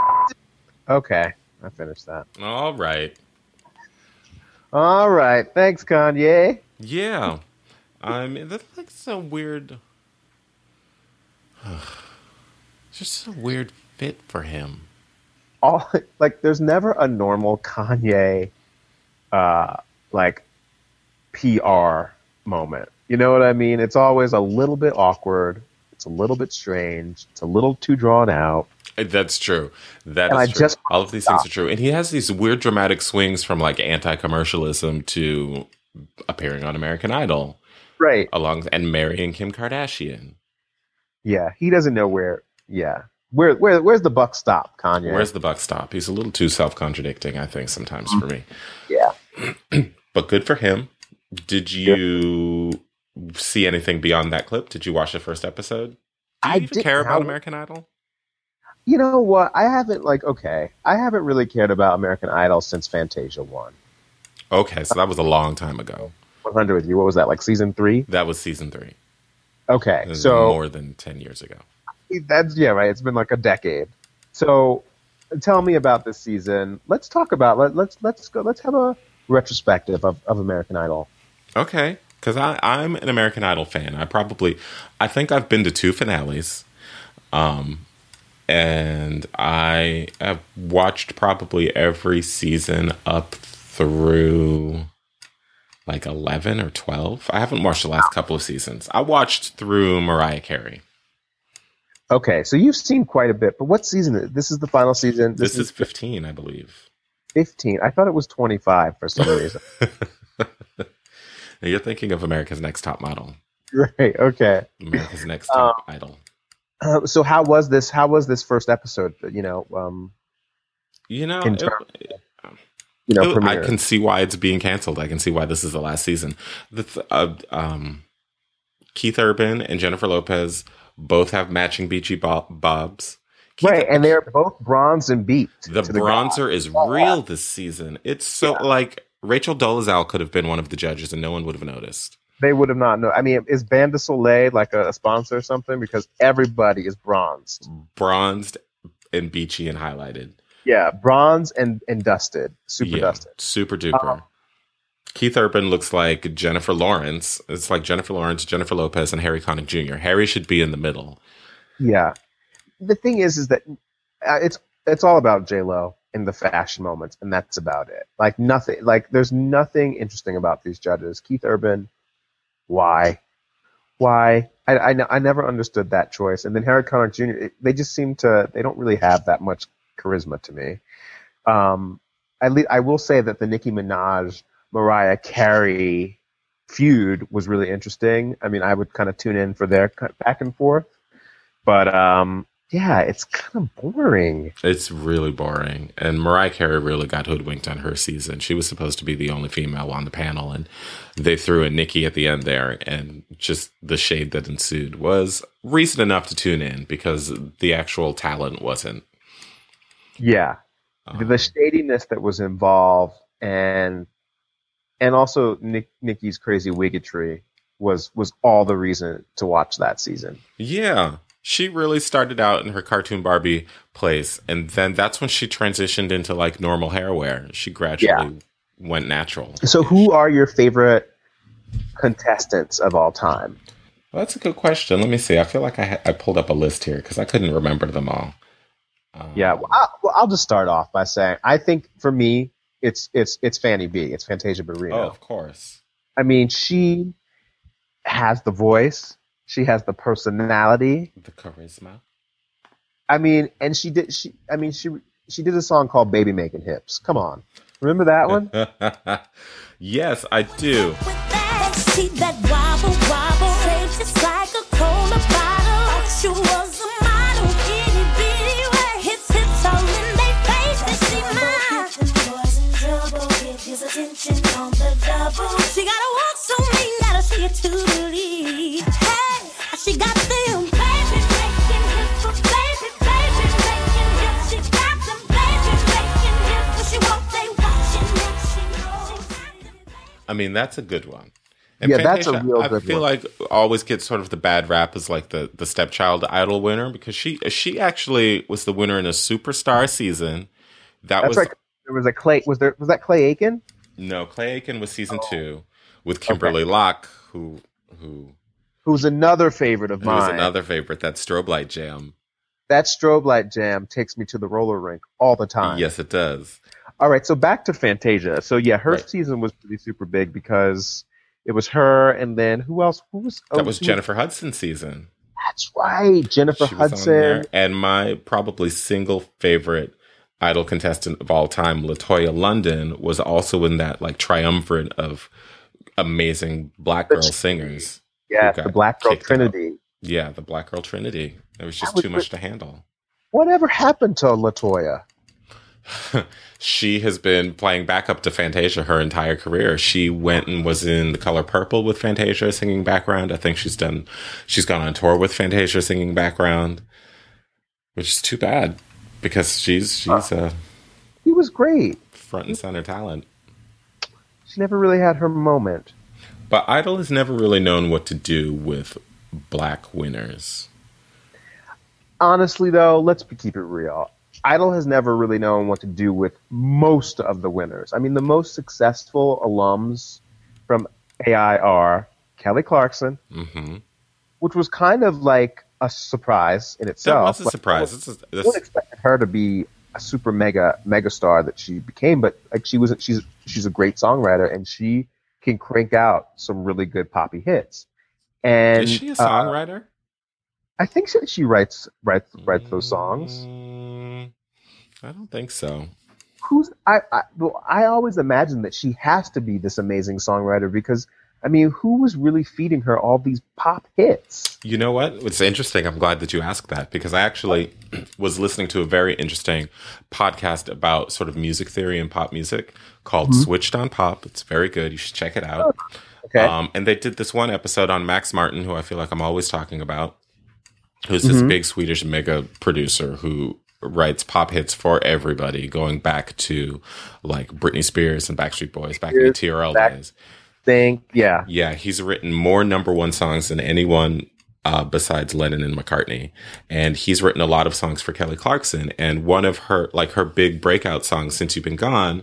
B: Okay, I finished that.
A: All right.
B: All right, thanks, Kanye.
A: Yeah. I mean, that's like so weird. it's just a weird fit for him.
B: All like, there's never a normal Kanye, uh, like, PR moment. You know what I mean? It's always a little bit awkward. It's a little bit strange. It's a little too drawn out.
A: Uh, That's true. That
B: And
A: is
B: I
A: true.
B: just-
A: All of these things are true. And he has these weird dramatic swings from like anti commercialism to appearing on American Idol
B: Right?
A: along and marrying Kim Kardashian.
B: Yeah, he doesn't know where. Yeah, where where where's the buck stop, Kanye?
A: Where's the buck stop? He's a little too self contradicting, I think, sometimes for me.
B: Mm-hmm. Yeah.
A: but good for him. Did you see anything beyond that clip? Did you watch the first episode? Do you
B: I
A: even
B: didn't-
A: care about
B: I-
A: American Idol?
B: you know what? I haven't like okay. I haven't really cared about American Idol since Fantasia won.
A: Okay, so that was a long time ago.
B: 100 with you. What was that like season three?
A: That was season three.
B: Okay,
A: This is
B: so
A: more than ten years ago.
B: that's yeah, right. It's been like a decade. So tell me about this season. Let's talk about let, let's let's go let's have a retrospective of, of American Idol.
A: Okay, because I I'm an American Idol fan. I probably I think I've been to two finales, um, and I have watched probably every season up through like eleven or twelve. I haven't watched the last couple of seasons. I watched through Mariah Carey.
B: Okay, so you've seen quite a bit, but what season? is- This is the final season.
A: This is fifteen, I believe.
B: fifteen. I thought it was twenty five for some reason.
A: Now you're thinking of America's Next Top Model,
B: right. Okay.
A: America's Next Top Idol.
B: Uh, so how was this? How was this first episode? You know, um,
A: You know,
B: in
A: it-
B: terms you know,
A: Oh, I
B: premiere.
A: can see why it's being canceled. I can see why this is the last season. The th- uh, um, Keith Urban and Jennifer Lopez both have matching beachy bob- bobs. Keith-
B: right, and they are both bronze and beat.
A: the
B: to Oh,
A: bronzer is real this season. It's so like Rachel Dolezal could have been one of the judges and no one would have noticed.
B: they would have not known. I mean, is Band de Soleil like a, a sponsor or something? Because everybody is bronzed.
A: Bronzed and beachy and highlighted.
B: Yeah, bronze and, and dusted, super
A: Yeah,
B: dusted. Uh-huh.
A: Super duper. Keith Urban looks like Jennifer Lawrence. It's like Jennifer Lawrence, Jennifer Lopez, and Harry Connick Jr. Harry should be in the middle.
B: Yeah. The thing is, is that uh, it's it's all about J Lo in the fashion moments, and that's about it. Like nothing, like there's nothing interesting about these judges. Keith Urban, why, why? I I, ne- I never understood that choice. And then Harry Connick Jr. it- They just seem to they don't really have that much charisma to me. Um, at least I will say that the Nicki Minaj Mariah Carey feud was really interesting. I mean, I would kind of tune in for their cut- back and forth but um yeah it's kind of boring
A: It's really boring. And Mariah Carey really got hoodwinked on her season. She was supposed to be the only female on the panel, and they threw in Nikki at the end there. And just the shade that ensued was reason enough to tune in because the actual talent wasn't.
B: yeah
A: Um,
B: the shadiness that was involved and and also Nick, nikki's crazy wiggetry was was all the reason to watch that season
A: yeah. she really started out in her cartoon Barbie place, and then that's when she transitioned into like normal hair wear. She gradually went natural.
B: So, who are your favorite contestants of all time?
A: Well, that's a good question. Let me see. I feel like I ha- I pulled up a list here because I couldn't remember them all. Um,
B: Yeah, well, I, well, I'll just start off by saying I think for me, it's it's it's Fanny B. It's Fantasia Barrino.
A: Oh, of course.
B: I mean, she has the voice. She has the personality.
A: The charisma.
B: I mean, and she did. She, I mean, she she did a song called "Baby Making Hips." Come on, remember that one?
A: yes, I do.
G: Then she that wobble wobble, shapes just like a cola bottle. Thought she was a model, itty bitty way, hips hips all in they face. Is she mine? Boys in trouble, give his attention on the double. She gotta walk so mean, gotta see it to believe. Hey, she got them. Baby making hips, oh, baby baby making hips. She got them. Baby making hips, when she walk they watching it. She knows she got them.
A: I mean, that's a good one.
B: Yeah, that's a real
A: I
B: good
A: feel
B: one.
A: like always gets sort of the bad rap as like the the stepchild idol winner because she she actually was the winner in a superstar season. That
B: That's
A: was
B: like there was a Clay. Was there was that Clay Aiken?
A: no Clay Aiken was
B: Oh.
A: season two with Kimberly Locke, who who
B: Who's another favorite of
A: who was
B: mine?
A: another favorite that strobe light jam.
B: That strobe light jam takes me to the roller rink all the time.
A: Yes, it does.
B: All right, so back to Fantasia. So yeah, her
A: Right.
B: season was pretty super big because it was her, and then who else? Who was? oh,
A: That was
B: who-
A: Jennifer Hudson season.
B: That's right, Jennifer
A: She was on there.
B: Hudson.
A: And my probably single favorite idol contestant of all time, Latoya London, was also in that like triumvirate of amazing black girl
B: That's-
A: singers.
B: Yeah,
A: got
B: the Black Girl
A: kicked out.
B: Trinity.
A: Yeah, the black girl trinity. It was just
B: was
A: too much to handle.
B: Whatever happened to Latoya?
A: She has been playing backup to Fantasia her entire career. She went and was in The Color Purple with Fantasia singing background. I think she's done she's gone on tour with Fantasia singing background. Which is too bad because she's she's a
B: She was great.
A: front and center talent.
B: She never really had her moment.
A: But Idol has never really known what to do with black winners.
B: Honestly, though, let's be- keep it real. Idol has never really known what to do with most of the winners. I mean, the most successful alums from AI are Kelly Clarkson,
A: hmm
B: which was kind of like a surprise in
A: That
B: itself.
A: was a
B: Like,
A: surprise. This is,
B: I would
A: this,
B: expected her to be a super mega mega star that she became, but like she wasn't. She's she's a great songwriter and she can crank out some really good poppy hits. And
A: is she a
B: uh,
A: songwriter?
B: I think she, she writes writes writes those songs.
A: Mm, I don't think so.
B: Who's I? I, well, I always imagine that she has to be this amazing songwriter because I mean, who was really feeding her all these pop hits?
A: You know what? It's interesting. I'm glad that you asked that because I actually was listening to a very interesting podcast about sort of music theory and pop music called Switched on Pop. It's very good. You should check it out.
B: Mm-hmm. Oh, Okay,
A: Um, and they did this one episode on Max Martin, who I feel like I'm always talking about, who's this
B: Mm-hmm.
A: big Swedish mega producer who writes pop hits for everybody, going back to like Britney Spears and Backstreet Boys back in the TRL
B: back-
A: days.
B: think yeah,
A: Yeah, he's written more number one songs than anyone uh, besides Lennon and McCartney, and he's written a lot of songs for Kelly Clarkson. And one of her like her big breakout songs since you've been gone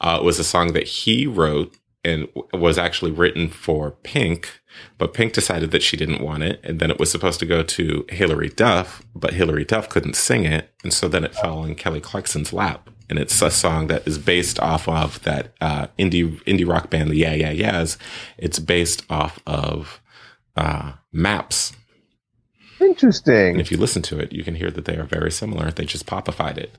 A: uh, was a song that he wrote and w- was actually written for Pink, but Pink decided that she didn't want it, and then it was supposed to go to Hilary Duff, but Hilary Duff couldn't sing it, and so then it fell in Kelly Clarkson's lap. And it's a song that is based off of that uh, indie indie rock band, the Yeah Yeah Yeahs. It's based off of uh, Maps.
B: interesting.
A: And if you listen to it, you can hear that they are very similar. They just popified it.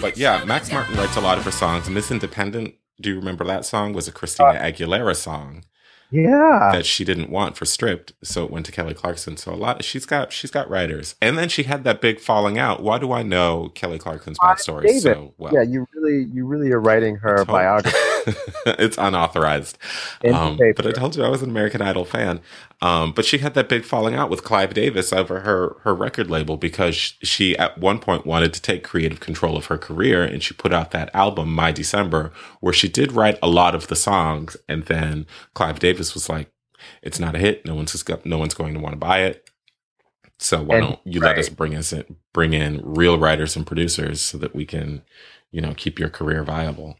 A: But yeah, Max Martin writes a lot of her songs. Miss Independent, do you remember that song? Was a Christina
B: Uh,
A: Aguilera song
B: Yeah.
A: that she didn't want for Stripped, so it went to Kelly Clarkson. So a lot she's got she's got writers. And then she had that big falling out. Why do I know Kelly Clarkson's backstory
B: David.
A: so well?
B: yeah, you really, you really are writing her
A: Told-
B: biography.
A: it's unauthorized.
B: In
A: Um,
B: paper.
A: but I told you I was an American Idol fan. Um, but she had that big falling out with Clive Davis over her her record label because sh- she at one point wanted to take creative control of her career, and she put out that album My December, where she did write a lot of the songs, and then Clive Davis was like, "It's not a hit. No one's just go- no one's going to want to buy it." So why
B: And-
A: don't you let
B: right.
A: us bring us in, bring in real writers and producers so that we can, you know, keep your career viable.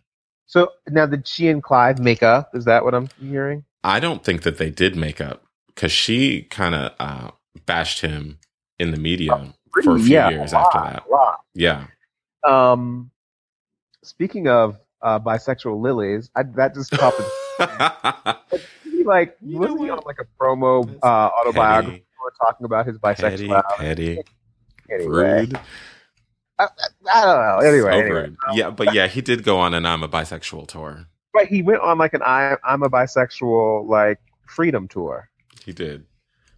B: So now did she and Clive make up? Is that what I'm hearing?
A: I don't think that they did make up because she kind of uh, bashed him in the media for a few
B: Oh, Yeah,
A: years
B: a
A: after
B: lot,
A: that.
B: a lot.
A: Yeah.
B: Um, speaking of uh, bisexual lilies, I, that just popped. in- he, like
A: You
B: was
A: know
B: he
A: what?
B: on like a promo
A: That's
B: uh, autobiography
A: Petty,
B: or talking about his
A: petty,
B: bisexuality?
A: petty,
B: Anyway,
A: rude.
B: I don't know. Anyway, um,
A: so
B: anyway.
A: rude. Yeah, but yeah, he did go on an I'm a bisexual tour.
B: But he went on like an I, I'm a bisexual like freedom tour.
A: He did.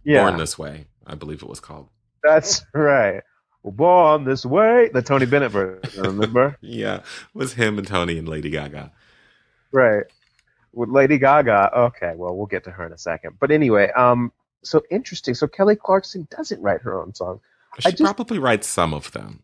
B: Yeah,
A: Born This Way, I believe it was called.
B: that's right. Well, born this way, the Tony Bennett version, remember?
A: Yeah, it was him and Tony and Lady Gaga.
B: right. With Lady Gaga. Okay, well, we'll get to her in a second. But anyway, um, so interesting. So Kelly Clarkson doesn't write her own songs,
A: She
B: just-
A: probably writes some of them.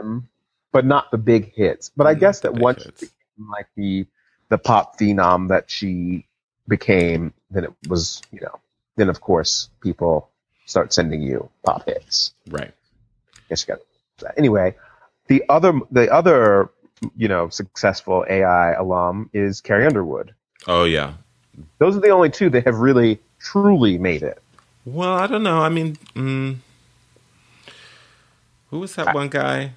B: um, but not the big hits. But I
A: Mm,
B: guess
A: the
B: that
A: big
B: once
A: hits.
B: she became, like the the pop phenom that she became, then it was you know, then of course people start sending you pop hits.
A: Right.
B: Yes, you got it. Anyway, the other the other you know successful AI alum is Carrie Underwood.
A: Oh, yeah.
B: Those are the only two that have really truly made it.
A: Well, I don't know. I mean, mm, who was that one guy?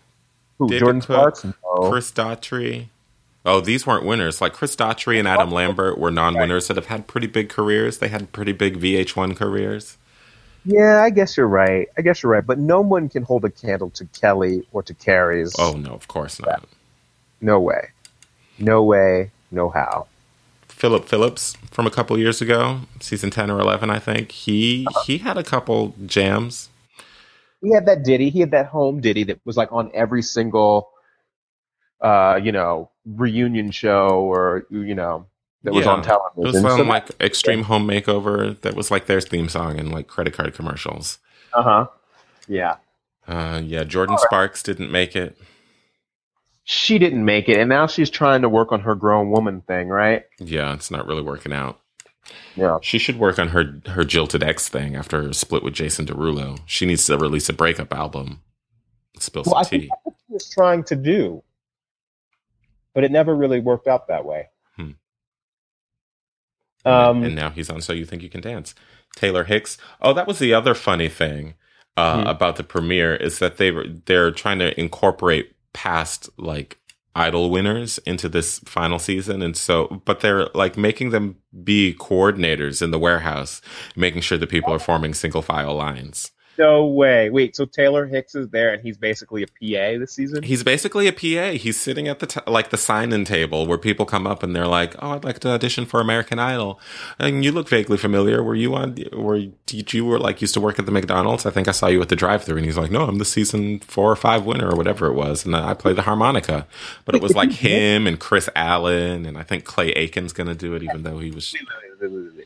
B: Who
A: David
B: Jordan
A: Cook,
B: Sparks? No.
A: Chris Daughtry. Oh, these weren't winners. Like Chris Daughtry and Adam Lambert were non-winners that have had pretty big careers. They had pretty big VH1 careers.
B: yeah, I guess you're right. I guess you're right. But no one can hold a candle to Kelly or to Carrie's.
A: Oh no, of course not.
B: no way, no way, no how.
A: Philip Phillips from a couple years ago, season ten or eleven, I think. He he had a couple jams.
B: He had that ditty. He had that home ditty that was like on every single, uh, you know, reunion show or you know that was
A: Yeah.
B: on television.
A: It was
B: So-
A: on like Extreme Home Makeover. That was like their theme song and like credit card commercials.
B: Uh huh. Yeah.
A: Uh, yeah, Jordan Sparks didn't make it.
B: She didn't make it, and now she's trying to work on her grown woman thing, right?
A: Yeah, it's not really working out.
B: Yeah.
A: She should work on her her jilted ex thing after her split with Jason Derulo. She needs to release a breakup album. Spill some
B: Well, I
A: tea.
B: think that's what she was trying to do, but it never really worked out that way.
A: Hmm.
B: Um,
A: and now he's on So You Think You Can Dance. Taylor Hicks. Oh, that was the other funny thing uh,
B: Hmm.
A: about the premiere is that they were they're trying to incorporate past like idol winners into this final season and so but they're like making them be coordinators in the warehouse making sure that people are forming single file lines
B: no way. Wait, so Taylor Hicks is there, and he's basically a PA this season.
A: He's basically a PA. He's sitting at the t- like the sign-in table where people come up and they're like, "Oh, I'd like to audition for American Idol." And you look vaguely familiar. Were you on? Were did you were like used to work at the McDonald's? I think I saw you at the drive-through. And he's like, "No, I'm the season four or five winner or whatever it was." And I play the harmonica. But it was like him and Chris Allen and I think Clay Aiken's gonna do it, even though he was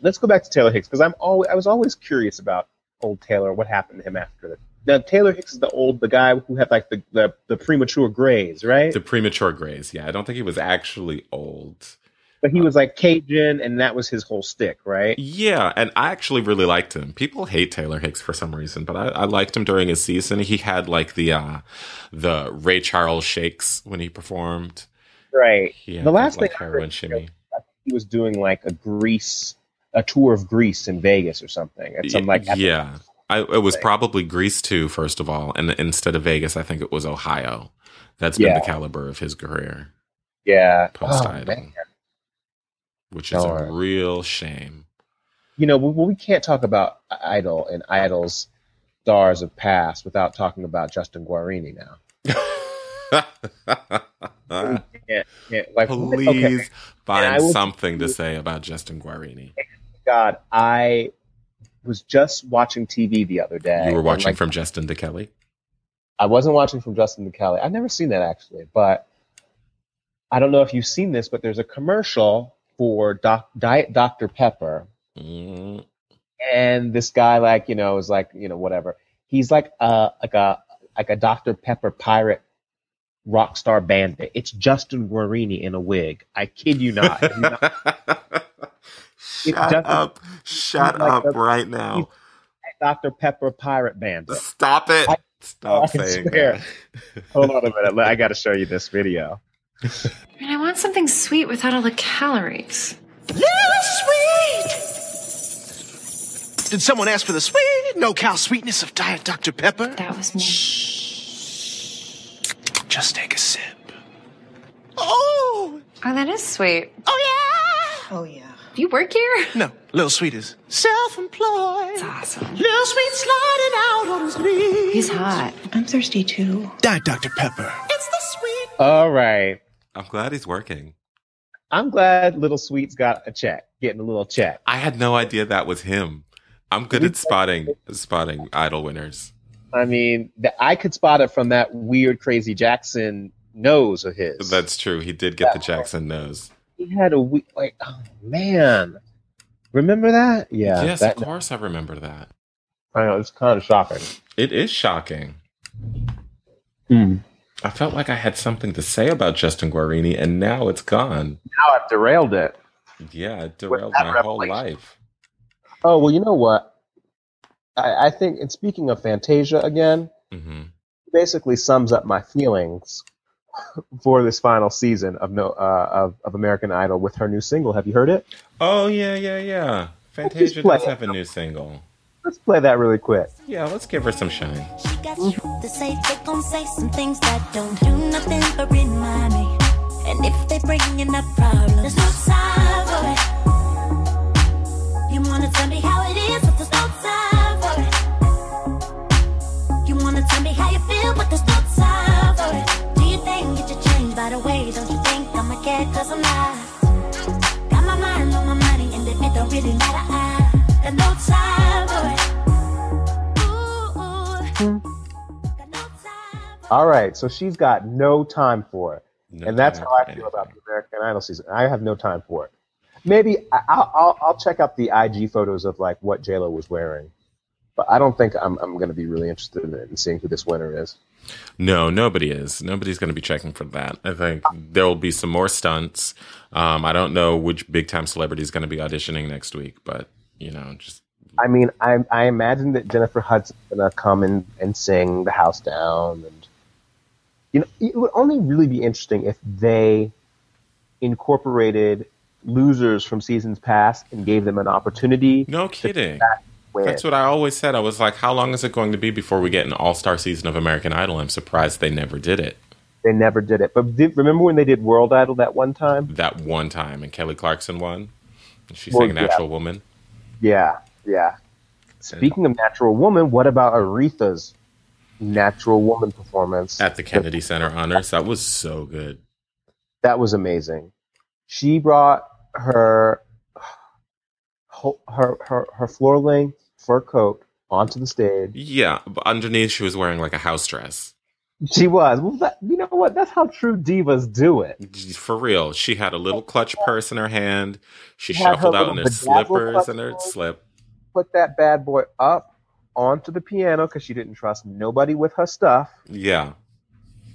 B: Let's go back to Taylor Hicks because I'm always I was always curious about old Taylor. What happened to him after that? Now Taylor Hicks is the old the guy who had like the the, the premature grays, right?
A: the premature grays. Yeah, I don't think he was actually old.
B: but he was like Cajun, and that was his whole stick, right?
A: Yeah, and I actually really liked him. People hate Taylor Hicks for some reason, but I, I liked him during his season. He had like the uh the Ray Charles shakes when he performed.
B: Right.
A: He had
B: the last
A: like
B: thing I heard
A: heroin shimmy.
B: he was doing like a Greece, a tour of Greece in Vegas or something at some like
A: yeah, I, it was probably Greece too. First of all, and instead of Vegas, I think it was Ohio. That's been
B: Yeah.
A: the caliber of his career
B: yeah.
A: post
B: Oh,
A: Idol,
B: man.
A: which is a
B: Darn.
A: real shame.
B: You know, we, we can't talk about Idol and Idol's stars of past without talking about Justin Guarini now. Yeah, yeah, like,
A: Please
B: okay. And I
A: find
B: will-
A: something to say about Justin Guarini.
B: God, I was just watching TV the other day.
A: You were
B: and,
A: watching
B: like,
A: from Justin to Kelly.
B: I wasn't watching from Justin DeKelly. I've never seen that actually, but I don't know if you've seen this, but there's a commercial for doc, Diet Dr Pepper,
A: Mm,
B: and this guy like you know is like you know whatever. He's like a like a like a Dr Pepper pirate rock star bandit. It's Justin Guarini in a wig. I kid you not. Have you not-
A: Shut
B: Justin-
A: up. Shut
B: like
A: up
B: a-
A: right now.
B: Dr Pepper pirate bandit.
A: Stop it.
B: I-
A: Stop
B: I
A: saying
B: swear.
A: that.
B: Hold on a minute. I got to show you this video.
H: And I want something sweet without all the calories.
I: Did someone ask for the sweet, no cal sweetness of Diet Dr. Pepper?
H: That was me.
I: Just take a sip. Oh!
H: Oh, that is sweet.
I: Oh, yeah!
H: Do you work here?
I: No, Little Sweet is self employed.
H: Awesome.
I: Little Sweet sliding out on his knees.
H: He's hot.
I: Diet Dr. Pepper.
B: All right.
A: I'm glad he's working.
B: I'm glad Little Sweet's got a check, getting a little check.
A: I had no idea that was him. I'm good at spotting spotting idol winners.
B: I mean, the, I could spot it from that weird, crazy Jackson nose of his.
A: That's true. He did get the Jackson nose.
B: he had a we like, oh man, remember that? Yeah,
A: yes,
B: that,
A: of course I remember that.
B: I know it's kind of shocking.
A: It is shocking.
B: Hmm.
A: I felt like I had something to say about Justin Guarini, and now it's gone.
B: Now I've derailed it.
A: Yeah, it derailed
B: that
A: my whole life.
B: Oh well, you know what? I, I think, and speaking of Fantasia again,
A: hmm
B: basically sums up my feelings for this final season of no uh, of of American Idol with her new single. Have you heard it?
A: Oh yeah, yeah, yeah. Fantasia
B: play
A: does
B: it.
A: have a new single.
B: Let's play that really quick.
A: Yeah, let's give her some shine.
G: She got shit to say, they gon' say some things that don't do nothing but remind me. And if they bringing up problems, there's no time for it. You wanna tell me how it is, but there's no time for it. You wanna tell me how you feel, but there's no time for it. Do you think it should change by the way? Don't you think I'ma care, cause I'm not. Got my mind on my money, and if it don't really matter, I got no time for it. Ooh, ooh.
B: All right, so she's got no time for it,
A: No
B: and that's
A: time
B: how I
A: for
B: feel about the American Idol season. I have no time for it. Maybe I- I'll, I'll, I'll check out the IG photos of like what J Lo was wearing, but I don't think I'm, I'm going to be really interested in, it and seeing who this winner is.
A: No, nobody is. Nobody's going to be checking for that. I think there will be some more stunts. Um, I don't know which big time celebrity is going to be auditioning next week, but you know, just
B: I mean, I I imagine that Jennifer Hudson's going to come and and sing the house down, and you know, it would only really be interesting if they incorporated losers from seasons past and gave them an opportunity.
A: no kidding.
B: Win.
A: That's what I always said. I was like, how long is it going to be before we get an all star season of American Idol? I'm surprised they never did it
B: They never did it. But did, remember when they did World Idol that one time?
A: that one time. And Kelly Clarkson won. She
B: Well,
A: sang
B: yeah.
A: Natural Woman. Mm-hmm.
B: Yeah, yeah. Speaking of Natural Woman, what about Aretha's Natural Woman performance?
A: At the Kennedy Center Honors. That was so good.
B: that was amazing. She brought her her her, her floor length fur coat onto the stage.
A: Yeah. But underneath, she was wearing like a house dress.
B: She was. Well, that, you know what? That's how true divas do it.
A: for real. She had a little clutch purse in her hand. She
B: She had her
A: shuffled out in her
B: little bedazzled
A: slippers
B: clutch
A: and her
B: purse.
A: slip.
B: Put that bad boy up onto the piano because she didn't trust nobody with her stuff,
A: Yeah.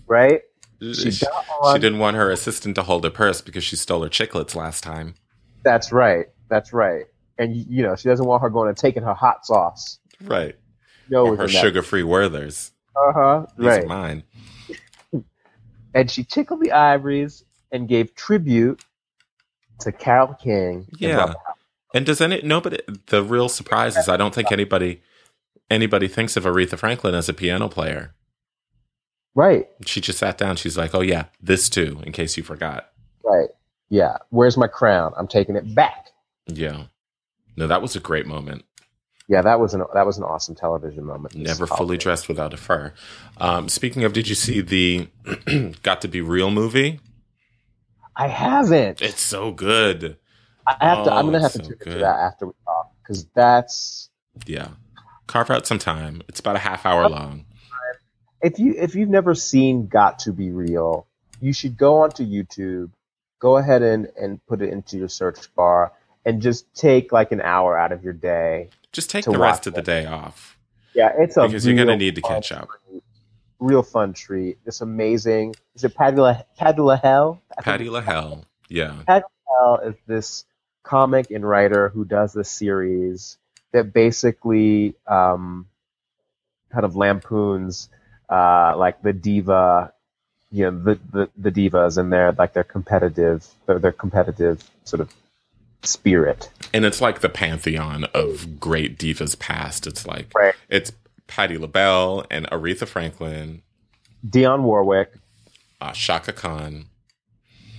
B: right?
A: She, she
B: got on-
A: didn't want her assistant to hold her purse because she stole her chiclets last time.
B: That's right. That's right. And y- you know, she doesn't want her going and taking her hot sauce.
A: Right.
B: No,
A: Or her sugar free Werthers.
B: Uh huh.
A: These
B: Oh, Right.
A: are mine.
B: And she tickled the ivories and gave tribute to Carol King. and
A: Yeah.
B: Robert
A: And does any nobody the real surprise is I don't think anybody anybody thinks of Aretha Franklin as a piano player.
B: Right,
A: She just sat down, she's like, Oh yeah, this too, in case you forgot.
B: right. Yeah. Where's my crown? I'm taking it back.
A: Yeah. No, that was a great moment.
B: Yeah, that was an that was an awesome television moment. this
A: Never fully
B: holiday.
A: dressed without a fur. Um, speaking of, did you see the Got to Be Real movie?
B: I haven't.
A: It's so good.
B: I have to.
A: Oh,
B: I'm gonna have
A: it's
B: to
A: so
B: tune into
A: good.
B: that after we talk because that's
A: Yeah. Carve out some time. It's about a half hour long.
B: if you if you've never seen Got to Be Real, you should go onto YouTube, go ahead and and put it into your search bar, and just take like an hour out of your day.
A: Just take
B: To
A: the rest
B: watch
A: of the
B: it.
A: day off
B: Yeah, it's a
A: because you're going to
B: real
A: need to
B: fun-
A: catch up.
B: Real fun treat. It's amazing. Is it Patty La, Patty LaHelle? I think
A: Patty LaHelle. Yeah.
B: Patel is this comic and writer who does this series that basically um, kind of lampoons uh, like the diva, you know, the, the, the divas and their like their competitive their, their competitive sort of spirit.
A: And it's like the pantheon of great divas past. It's like,
B: Right.
A: it's Patty LaBelle and Aretha Franklin,
B: Dionne Warwick,
A: uh, Shaka Khan,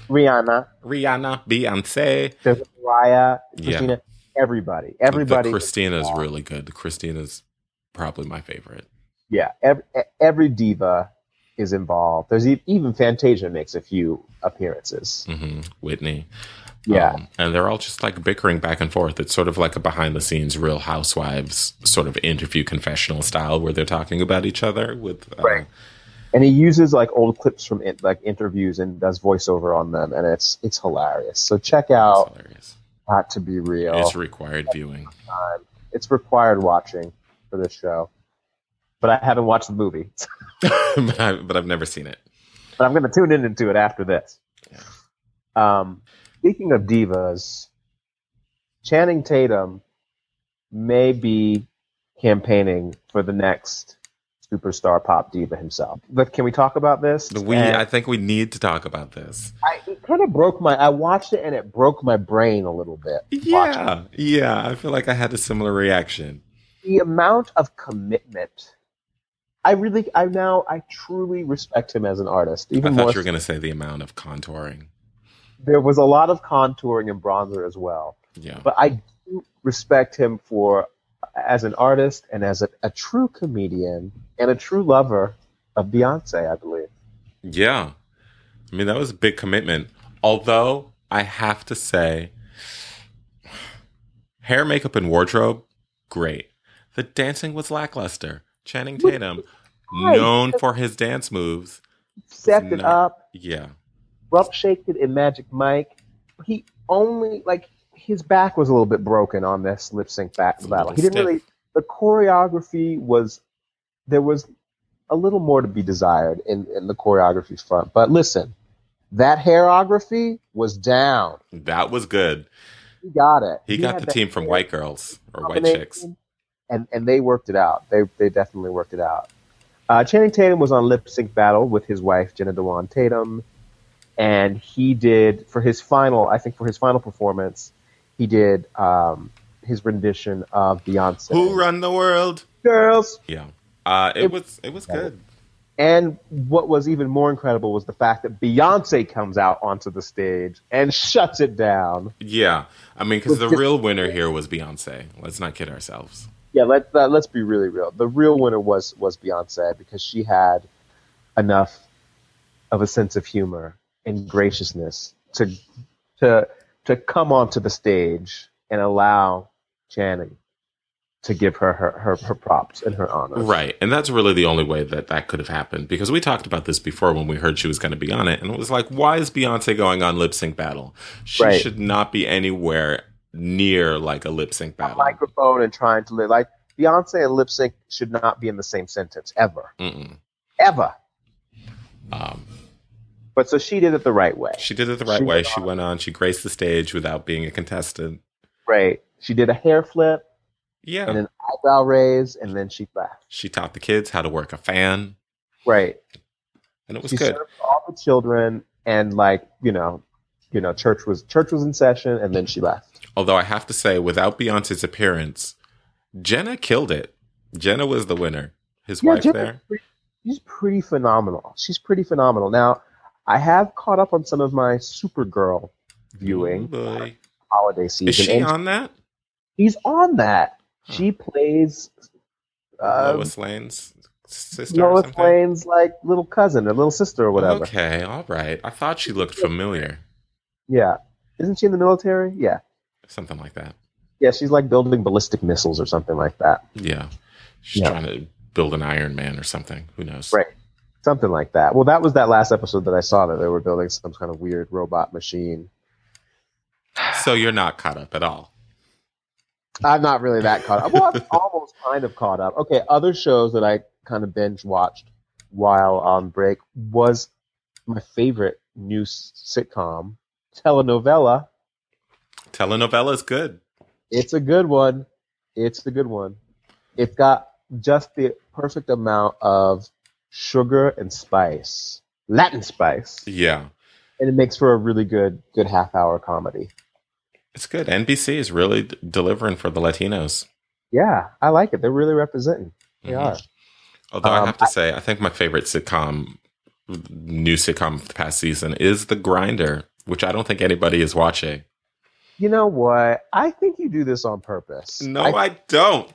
B: Rihanna,
A: Rihanna, Beyonce.
B: there's Mariah,
A: Yeah.
B: Christina, everybody, everybody.
A: The Christina's
B: is-
A: really good. The Christina's probably my favorite.
B: Yeah, every, every diva is involved. There's e- even Fantasia makes a few appearances.
A: hmm Whitney.
B: Yeah.
A: Um, and they're all just like bickering back and forth. It's sort of like a behind the scenes Real Housewives sort of interview confessional style where they're talking about each other with. Uh,
B: Right. and he uses like old clips from in, like interviews and does voiceover on them, and it's it's hilarious. So check
A: It's
B: out
A: hilarious.
B: Not to Be Real.
A: It's
B: It's,
A: required viewing.
B: required watching for this show, but I haven't watched the movie,
A: but, I, but I've never seen it.
B: but I'm going to tune in into it after this. Um, speaking of divas, Channing Tatum may be campaigning for the next superstar pop diva himself. But can we talk about this?
A: We,
B: And-
A: I think we need to talk about this.
B: I, it kind of broke my. I watched it and it broke my brain a little bit. watching it.
A: Yeah. Yeah. I feel like I had a similar reaction.
B: the amount of commitment. I really, I now, I truly respect him as an artist. Even
A: I
B: more,
A: thought you were going to say the amount of contouring.
B: there was a lot of contouring and bronzer as well,
A: Yeah.
B: but I do respect him for as an artist and as a, a true comedian and a true lover of Beyonce. I believe.
A: Yeah. I mean, that was a big commitment. Although, I have to say, hair, makeup, and wardrobe, great. The dancing was lackluster. Channing Tatum,
B: Right.
A: known for his dance moves.
B: Stepped it
A: not-
B: up.
A: Yeah.
B: Rump shaked it in Magic Mike. He only like his back was a little bit broken on this lip sync back
A: It's a
B: battle.
A: little
B: He didn't
A: stiff.
B: really. The choreography was there was a little more to be desired in, in the choreography front. But listen, that hairography was down.
A: That was good.
B: He got it.
A: He, got
B: had
A: the
B: that
A: team from
B: hair
A: White Girls or White
B: combination,
A: Chicks.
B: and and they worked it out. They they definitely worked it out. Uh, Channing Tatum was on Lip Sync Battle with his wife Jenna Dewan Tatum, and he did for his final. I think for his final performance, he did um, his rendition of Beyonce.
A: Who run the world?
B: girls?
A: Yeah. Uh, it,
B: It-
A: was it was good.
B: And what was even more incredible was the fact that Beyonce comes out onto the stage and shuts it down.
A: Yeah. I mean, because the real winner here was Beyonce. Let's not kid ourselves.
B: Yeah, let, let, let's be really real. The real winner was was Beyonce because she had enough of a sense of humor and graciousness to to to come onto the stage and allow Channing to give her her, her, her props and her honor.
A: Right. And that's really the only way that that could have happened because we talked about this before when we heard she was going to be on it. And it was like, why is Beyonce going on lip sync battle? She
B: Right.
A: should not be anywhere near like a lip sync battle.
B: Microphone and trying to live like Beyonce and lip sync should not be in the same sentence ever,
A: Mm-mm.
B: ever.
A: Um,
B: But so she did it the right way.
A: she did it the right
B: She
A: way.
B: went
A: She went on, she graced the stage without being a contestant.
B: Right. She did a hair flip and
A: Yeah.
B: an eyebrow raise, and then she left.
A: She taught the kids how to work a fan.
B: Right.
A: And it was
B: she
A: good.
B: served all the children and like you know you know church was church was in session and then she left
A: Although I have to say, without Beyonce's appearance, Jenna killed it. Jenna was the winner. His wife
B: Jenna's
A: there.
B: pretty- she's pretty phenomenal she's pretty phenomenal now i have caught up on some of my supergirl viewing
A: Ooh, boy.
B: holiday season
A: Is she
B: and
A: on that?
B: she's on that She plays uh,
A: Lois Lane's sister. or
B: Lois
A: something?
B: Lane's like little cousin, or little sister, or whatever.
A: Okay, all right. I thought she looked familiar,
B: Yeah, isn't she in the military? Yeah,
A: something like that.
B: yeah. She's like building ballistic missiles or something like that.
A: Yeah, she's
B: Yeah.
A: trying to build an Iron Man or something. Who knows?
B: Right. Something like that. Well, that was that last episode that I saw that they were building some kind of weird robot machine.
A: So you're not caught up at all.
B: I'm not really that caught up. Well, I'm almost kind of caught up. Okay, other shows that I kind of binge watched while on break was my favorite new s- sitcom, telenovela.
A: Telenovela is good.
B: It's a good one. It's a good one. It's got just the perfect amount of sugar and spice, Latin spice,
A: Yeah,
B: and it makes for a really good good half hour comedy.
A: it's good. NBC is really d- delivering for the Latinos.
B: Yeah, I like it. They're really representing. They
A: Mhm.
B: are.
A: Although I
B: Um,
A: have to say, I think my favorite sitcom, new sitcom of the past season, is The Grinder, which I don't think anybody is watching.
B: You know what? I think you do this on purpose.
A: No,
B: I
A: I don't.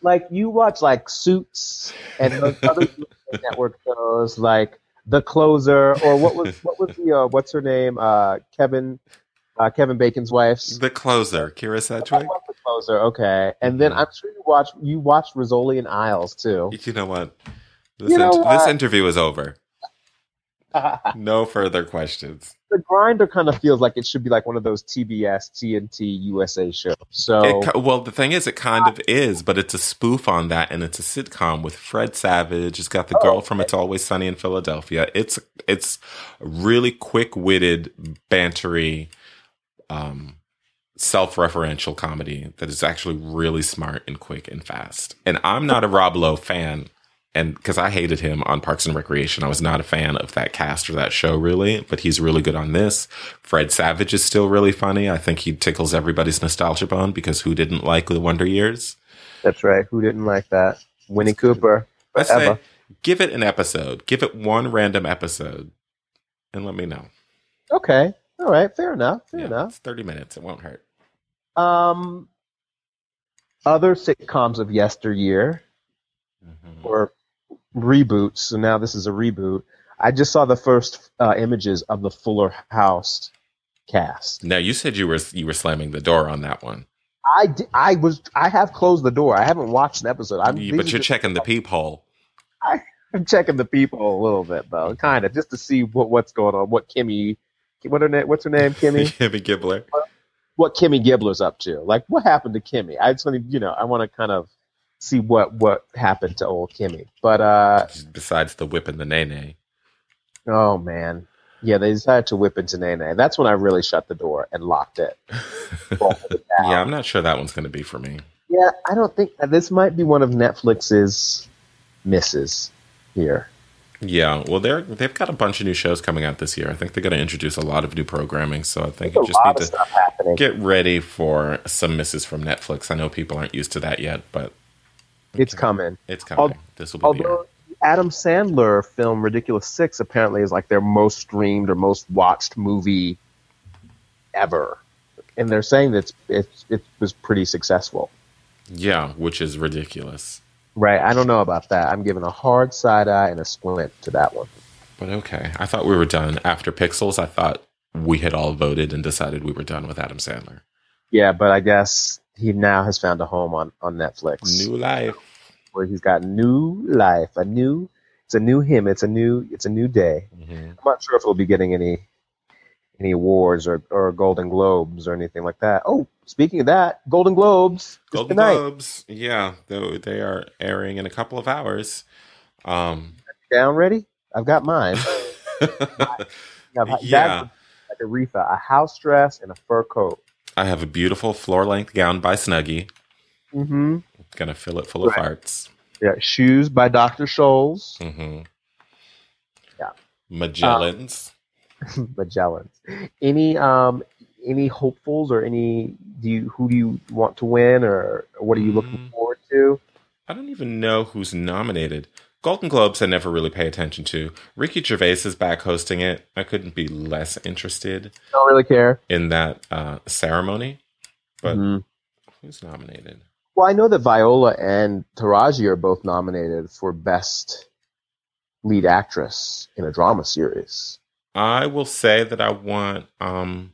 B: like you watch like Suits and those other network shows like The Closer or what was what was the uh, what's her name uh, Kevin uh, Kevin Bacon's wife's
A: The Closer, Kira
B: I
A: Sedgwick.
B: love The Closer okay and then
A: Mhm.
B: I'm sure you watch you watched Rizzoli and Isles too
A: You know what? This,
B: You know
A: int- this
B: what?
A: interview is over. No further questions.
B: The Grinder kind of feels like it should be like one of those TBS TNT USA shows so
A: It, ki- well, the thing is, it kind of is, but it's a spoof on that, and it's a sitcom with Fred Savage. It's got the girl from It's Always Sunny in Philadelphia. It's it's really quick witted, bantery, um, self referential comedy that is actually really smart and quick and fast. And I'm not a Rob Lowe fan, and because I hated him on Parks and Recreation, I was not a fan of that cast or that show really. But he's really good on this. Fred Savage is still really funny. I think he tickles everybody's nostalgia bone because who didn't like the Wonder Years?
B: that's right who didn't like that Winnie Cooper
A: I say,
B: Forever.
A: give it an episode. Give it one random episode, and let me know.
B: okay all right fair enough fair
A: Yeah,
B: enough
A: it's thirty minutes. It won't hurt.
B: Um, other sitcoms of yesteryear
A: Mm-hmm.
B: or reboots. So now this is a reboot. I just saw the first uh, images of the Fuller House cast.
A: Now you said you were you were slamming the door on that one,
B: I, di- I was I have closed the door. I haven't watched an episode. I'm
A: You-
B: these
A: but
B: are
A: you're
B: just-
A: checking the peephole.
B: I'm checking the people a little bit though, kind of just to see what what's going on. What Kimmy, what her name? What's her name? Kimmy.
A: Kimmy Gibbler.
B: what Kimmy Gibbler's up to. Like, what happened to Kimmy? I just want to, you know, I want to kind of see what what happened to old Kimmy. But uh,
A: Besides the whip and the nay nay.
B: oh man, yeah, they decided to whip into Nene. That's when I really shut the door and locked it. Bolted it down.
A: Yeah, I'm not sure that one's going to be for me.
B: yeah, I don't think this might be one of Netflix's misses here.
A: Yeah, well, they're they've got a bunch of new shows coming out this year. I think they're going to introduce a lot of new programming, so I think
B: There's
A: you just
B: a lot
A: need
B: of
A: to
B: stuff happening.
A: get ready for some misses from Netflix. I know people aren't used to that yet, but
B: It's coming.
A: it's coming.
B: Al-
A: this will be the year.
B: Although Adam Sandler film Ridiculous Six apparently is like their most streamed or most watched movie ever, and they're saying that it's, it's, it was pretty successful.
A: Yeah, which is ridiculous,
B: Right? I don't know about that. I'm giving a hard side eye and a squint to that one.
A: but okay. I thought we were done after Pixels. I thought we had all voted and decided we were done with Adam Sandler.
B: Yeah, but I guess he now has found a home on on Netflix
A: New life.
B: where he's got new life, a new. It's a new him. It's a new. It's a new day. I'm not sure if it'll be getting any any awards or, or Golden Globes or anything like that. Oh, speaking of that, Golden Globes is
A: Golden
B: tonight
A: Globes. Yeah, they, they are airing in a couple of hours. Um,
B: down ready. I've got mine. I've, that-
A: yeah.
B: like a reefa, a house dress, and a fur coat.
A: I have a beautiful floor length gown by Snuggie.
B: Mm-hmm.
A: Gonna fill it full of
B: Right.
A: farts.
B: Yeah, shoes by Dr. Scholes.
A: Mm-hmm.
B: Yeah.
A: Magellan's.
B: Magellan's. Any um any hopefuls or any do you who do you want to win or what are you looking
A: Mm.
B: forward to?
A: I don't even know who's nominated. Golden Globes, I never really pay attention to. Ricky Gervais is back hosting it. I couldn't be less interested
B: Don't really care.
A: in that uh, ceremony. But
B: Mhm.
A: who's nominated?
B: Well, I know that Viola and Taraji are both nominated for Best Lead Actress in a Drama Series.
A: I will say that I want um,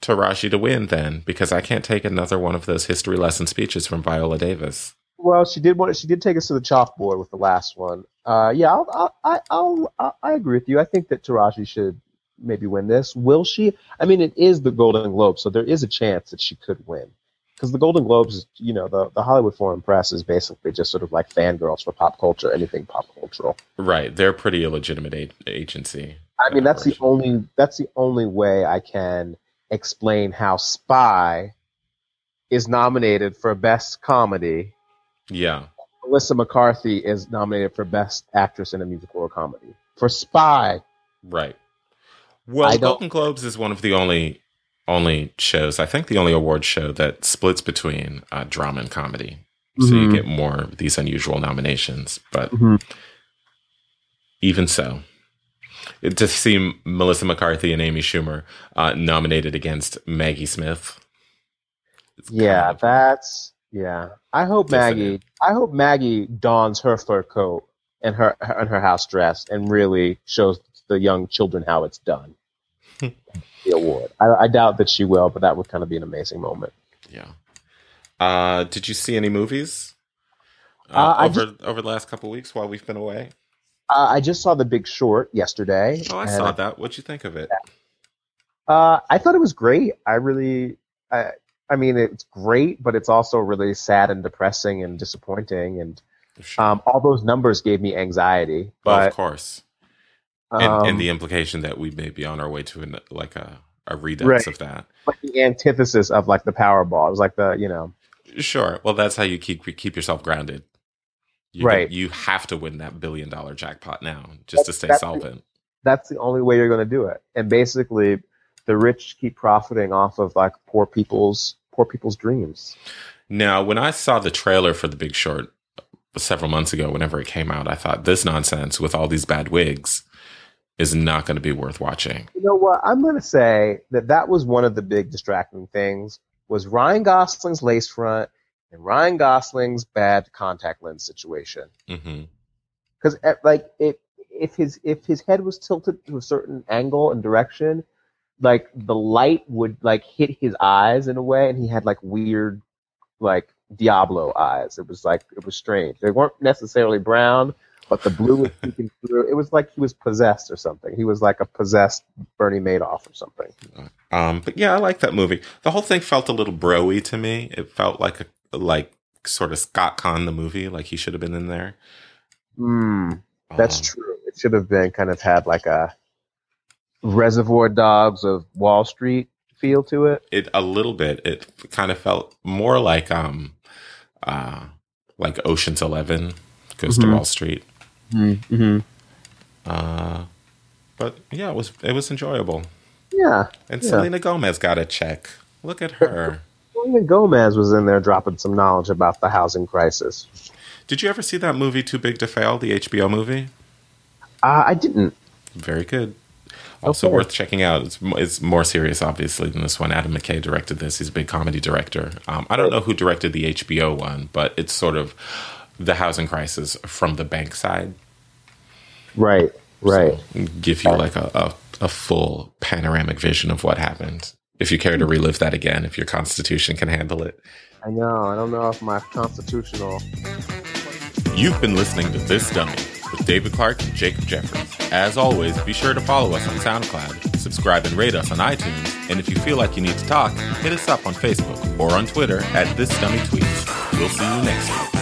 A: Taraji to win then, because I can't take another one of those history lesson speeches from Viola Davis.
B: Well, she did want. She did take us to the chalkboard with the last one. Uh, yeah, I'll, I'll, I- I'll, I I agree with you. I think that Taraji should maybe win this. Will she? I mean, it is the Golden Globe, so there is a chance that she could win. Because the Golden Globes, is, you know, the, the Hollywood Foreign Press is basically just sort of like fangirls for pop culture, anything pop cultural.
A: Right, they're a pretty illegitimate a- agency.
B: I mean, that's the
A: Operation.
B: only that's the only way I can explain how Spy is nominated for Best Comedy.
A: Yeah,
B: Melissa McCarthy is nominated for Best Actress in a Musical or Comedy. For Spy,
A: right. Well,
B: I don't-
A: Golden Globes is one of the only only shows, I think the only award show that splits between uh, drama and comedy. So you
B: Mhm.
A: get more of these unusual nominations, but
B: Mhm.
A: even so, it- to see Melissa McCarthy and Amy Schumer uh, nominated against Maggie Smith. is kind
B: yeah,
A: of-
B: that's yeah. I hope
A: Yes, it is.
B: Maggie. I hope Maggie dons her fur coat and her and her house dress and really shows the young children how it's done. the award. I, I doubt that she will, but that would kind of be an amazing moment.
A: yeah. Uh, did you see any movies uh,
B: Uh, I
A: over over the last couple weeks while we've been away?
B: Uh, I just saw The Big Short yesterday.
A: Oh, I
B: and,
A: saw that. What'd you think of it?
B: Uh, I thought it was great. I really, I, I mean, it's great, but it's also really sad and depressing and disappointing. And
A: Sure.
B: um, all those numbers gave me anxiety.
A: Well,
B: But
A: of course,
B: um,
A: and, and the implication that we may be on our way to an, like a a redux
B: Right.
A: of that.
B: like the antithesis of like the Powerball. It was like the you know
A: Sure. Well, that's how you keep keep yourself grounded. You can-
B: Right.
A: you have to win that billion dollar jackpot now just to
B: That's-
A: stay
B: that's-
A: solvent.
B: that's the only way you're going to do it. And basically, the rich keep profiting off of like poor people's poor people's dreams.
A: Now, when I saw the trailer for The Big Short several months ago, whenever it came out, I thought this nonsense with all these bad wigs is not going to be worth watching.
B: You know what? I'm going to say that that was one of the big distracting things was Ryan Gosling's lace front and Ryan Gosling's bad contact lens situation.
A: hmm
B: Because like it, if his if his head was tilted to a certain angle and direction, like the light would like hit his eyes in a way, and he had like weird, like Diablo eyes. It was like it was strange. They weren't necessarily brown. But the blue was peeking through. It was like he was possessed or something. He was like a possessed Bernie Madoff or something.
A: Um, but yeah, I like that movie. The whole thing felt a little broy to me. It felt like a like sort of Scott Conn the movie, like he should have been in there.
B: Mm, that's
A: Um,
B: true. It should have been kind of had like a Reservoir Dogs of Wall Street feel to it.
A: it a little bit. It kind of felt more like um, uh, like Ocean's Eleven goes to
B: Mhm.
A: Wall Street.
B: Mm-hmm.
A: Uh, but yeah, it was it was enjoyable.
B: Yeah,
A: And
B: Yeah.
A: Selena Gomez got a check. Look at her.
B: Selena Gomez was in there dropping some knowledge about the housing crisis.
A: Did you ever see that movie Too Big to Fail, the HBO movie?
B: Uh, I didn't.
A: Very good. Also
B: Okay.
A: worth checking out. It's, mo- it's more serious, obviously, than this one. Adam McKay directed this. He's a big comedy director. Um, I don't know who directed the HBO one, but it's sort of the housing crisis from the bank side.
B: Right, right.
A: give you like a, a, a full panoramic vision of what happened. If you care to relive that again, if your constitution can handle it.
B: I know. I don't know if my constitutional.
A: You've been listening to This Dummy with David Clark and Jacob Jeffries. As always, be sure to follow us on SoundCloud, subscribe and rate us on iTunes, and if you feel like you need to talk, hit us up on Facebook or on Twitter at This Dummy Tweets. We'll see you next week.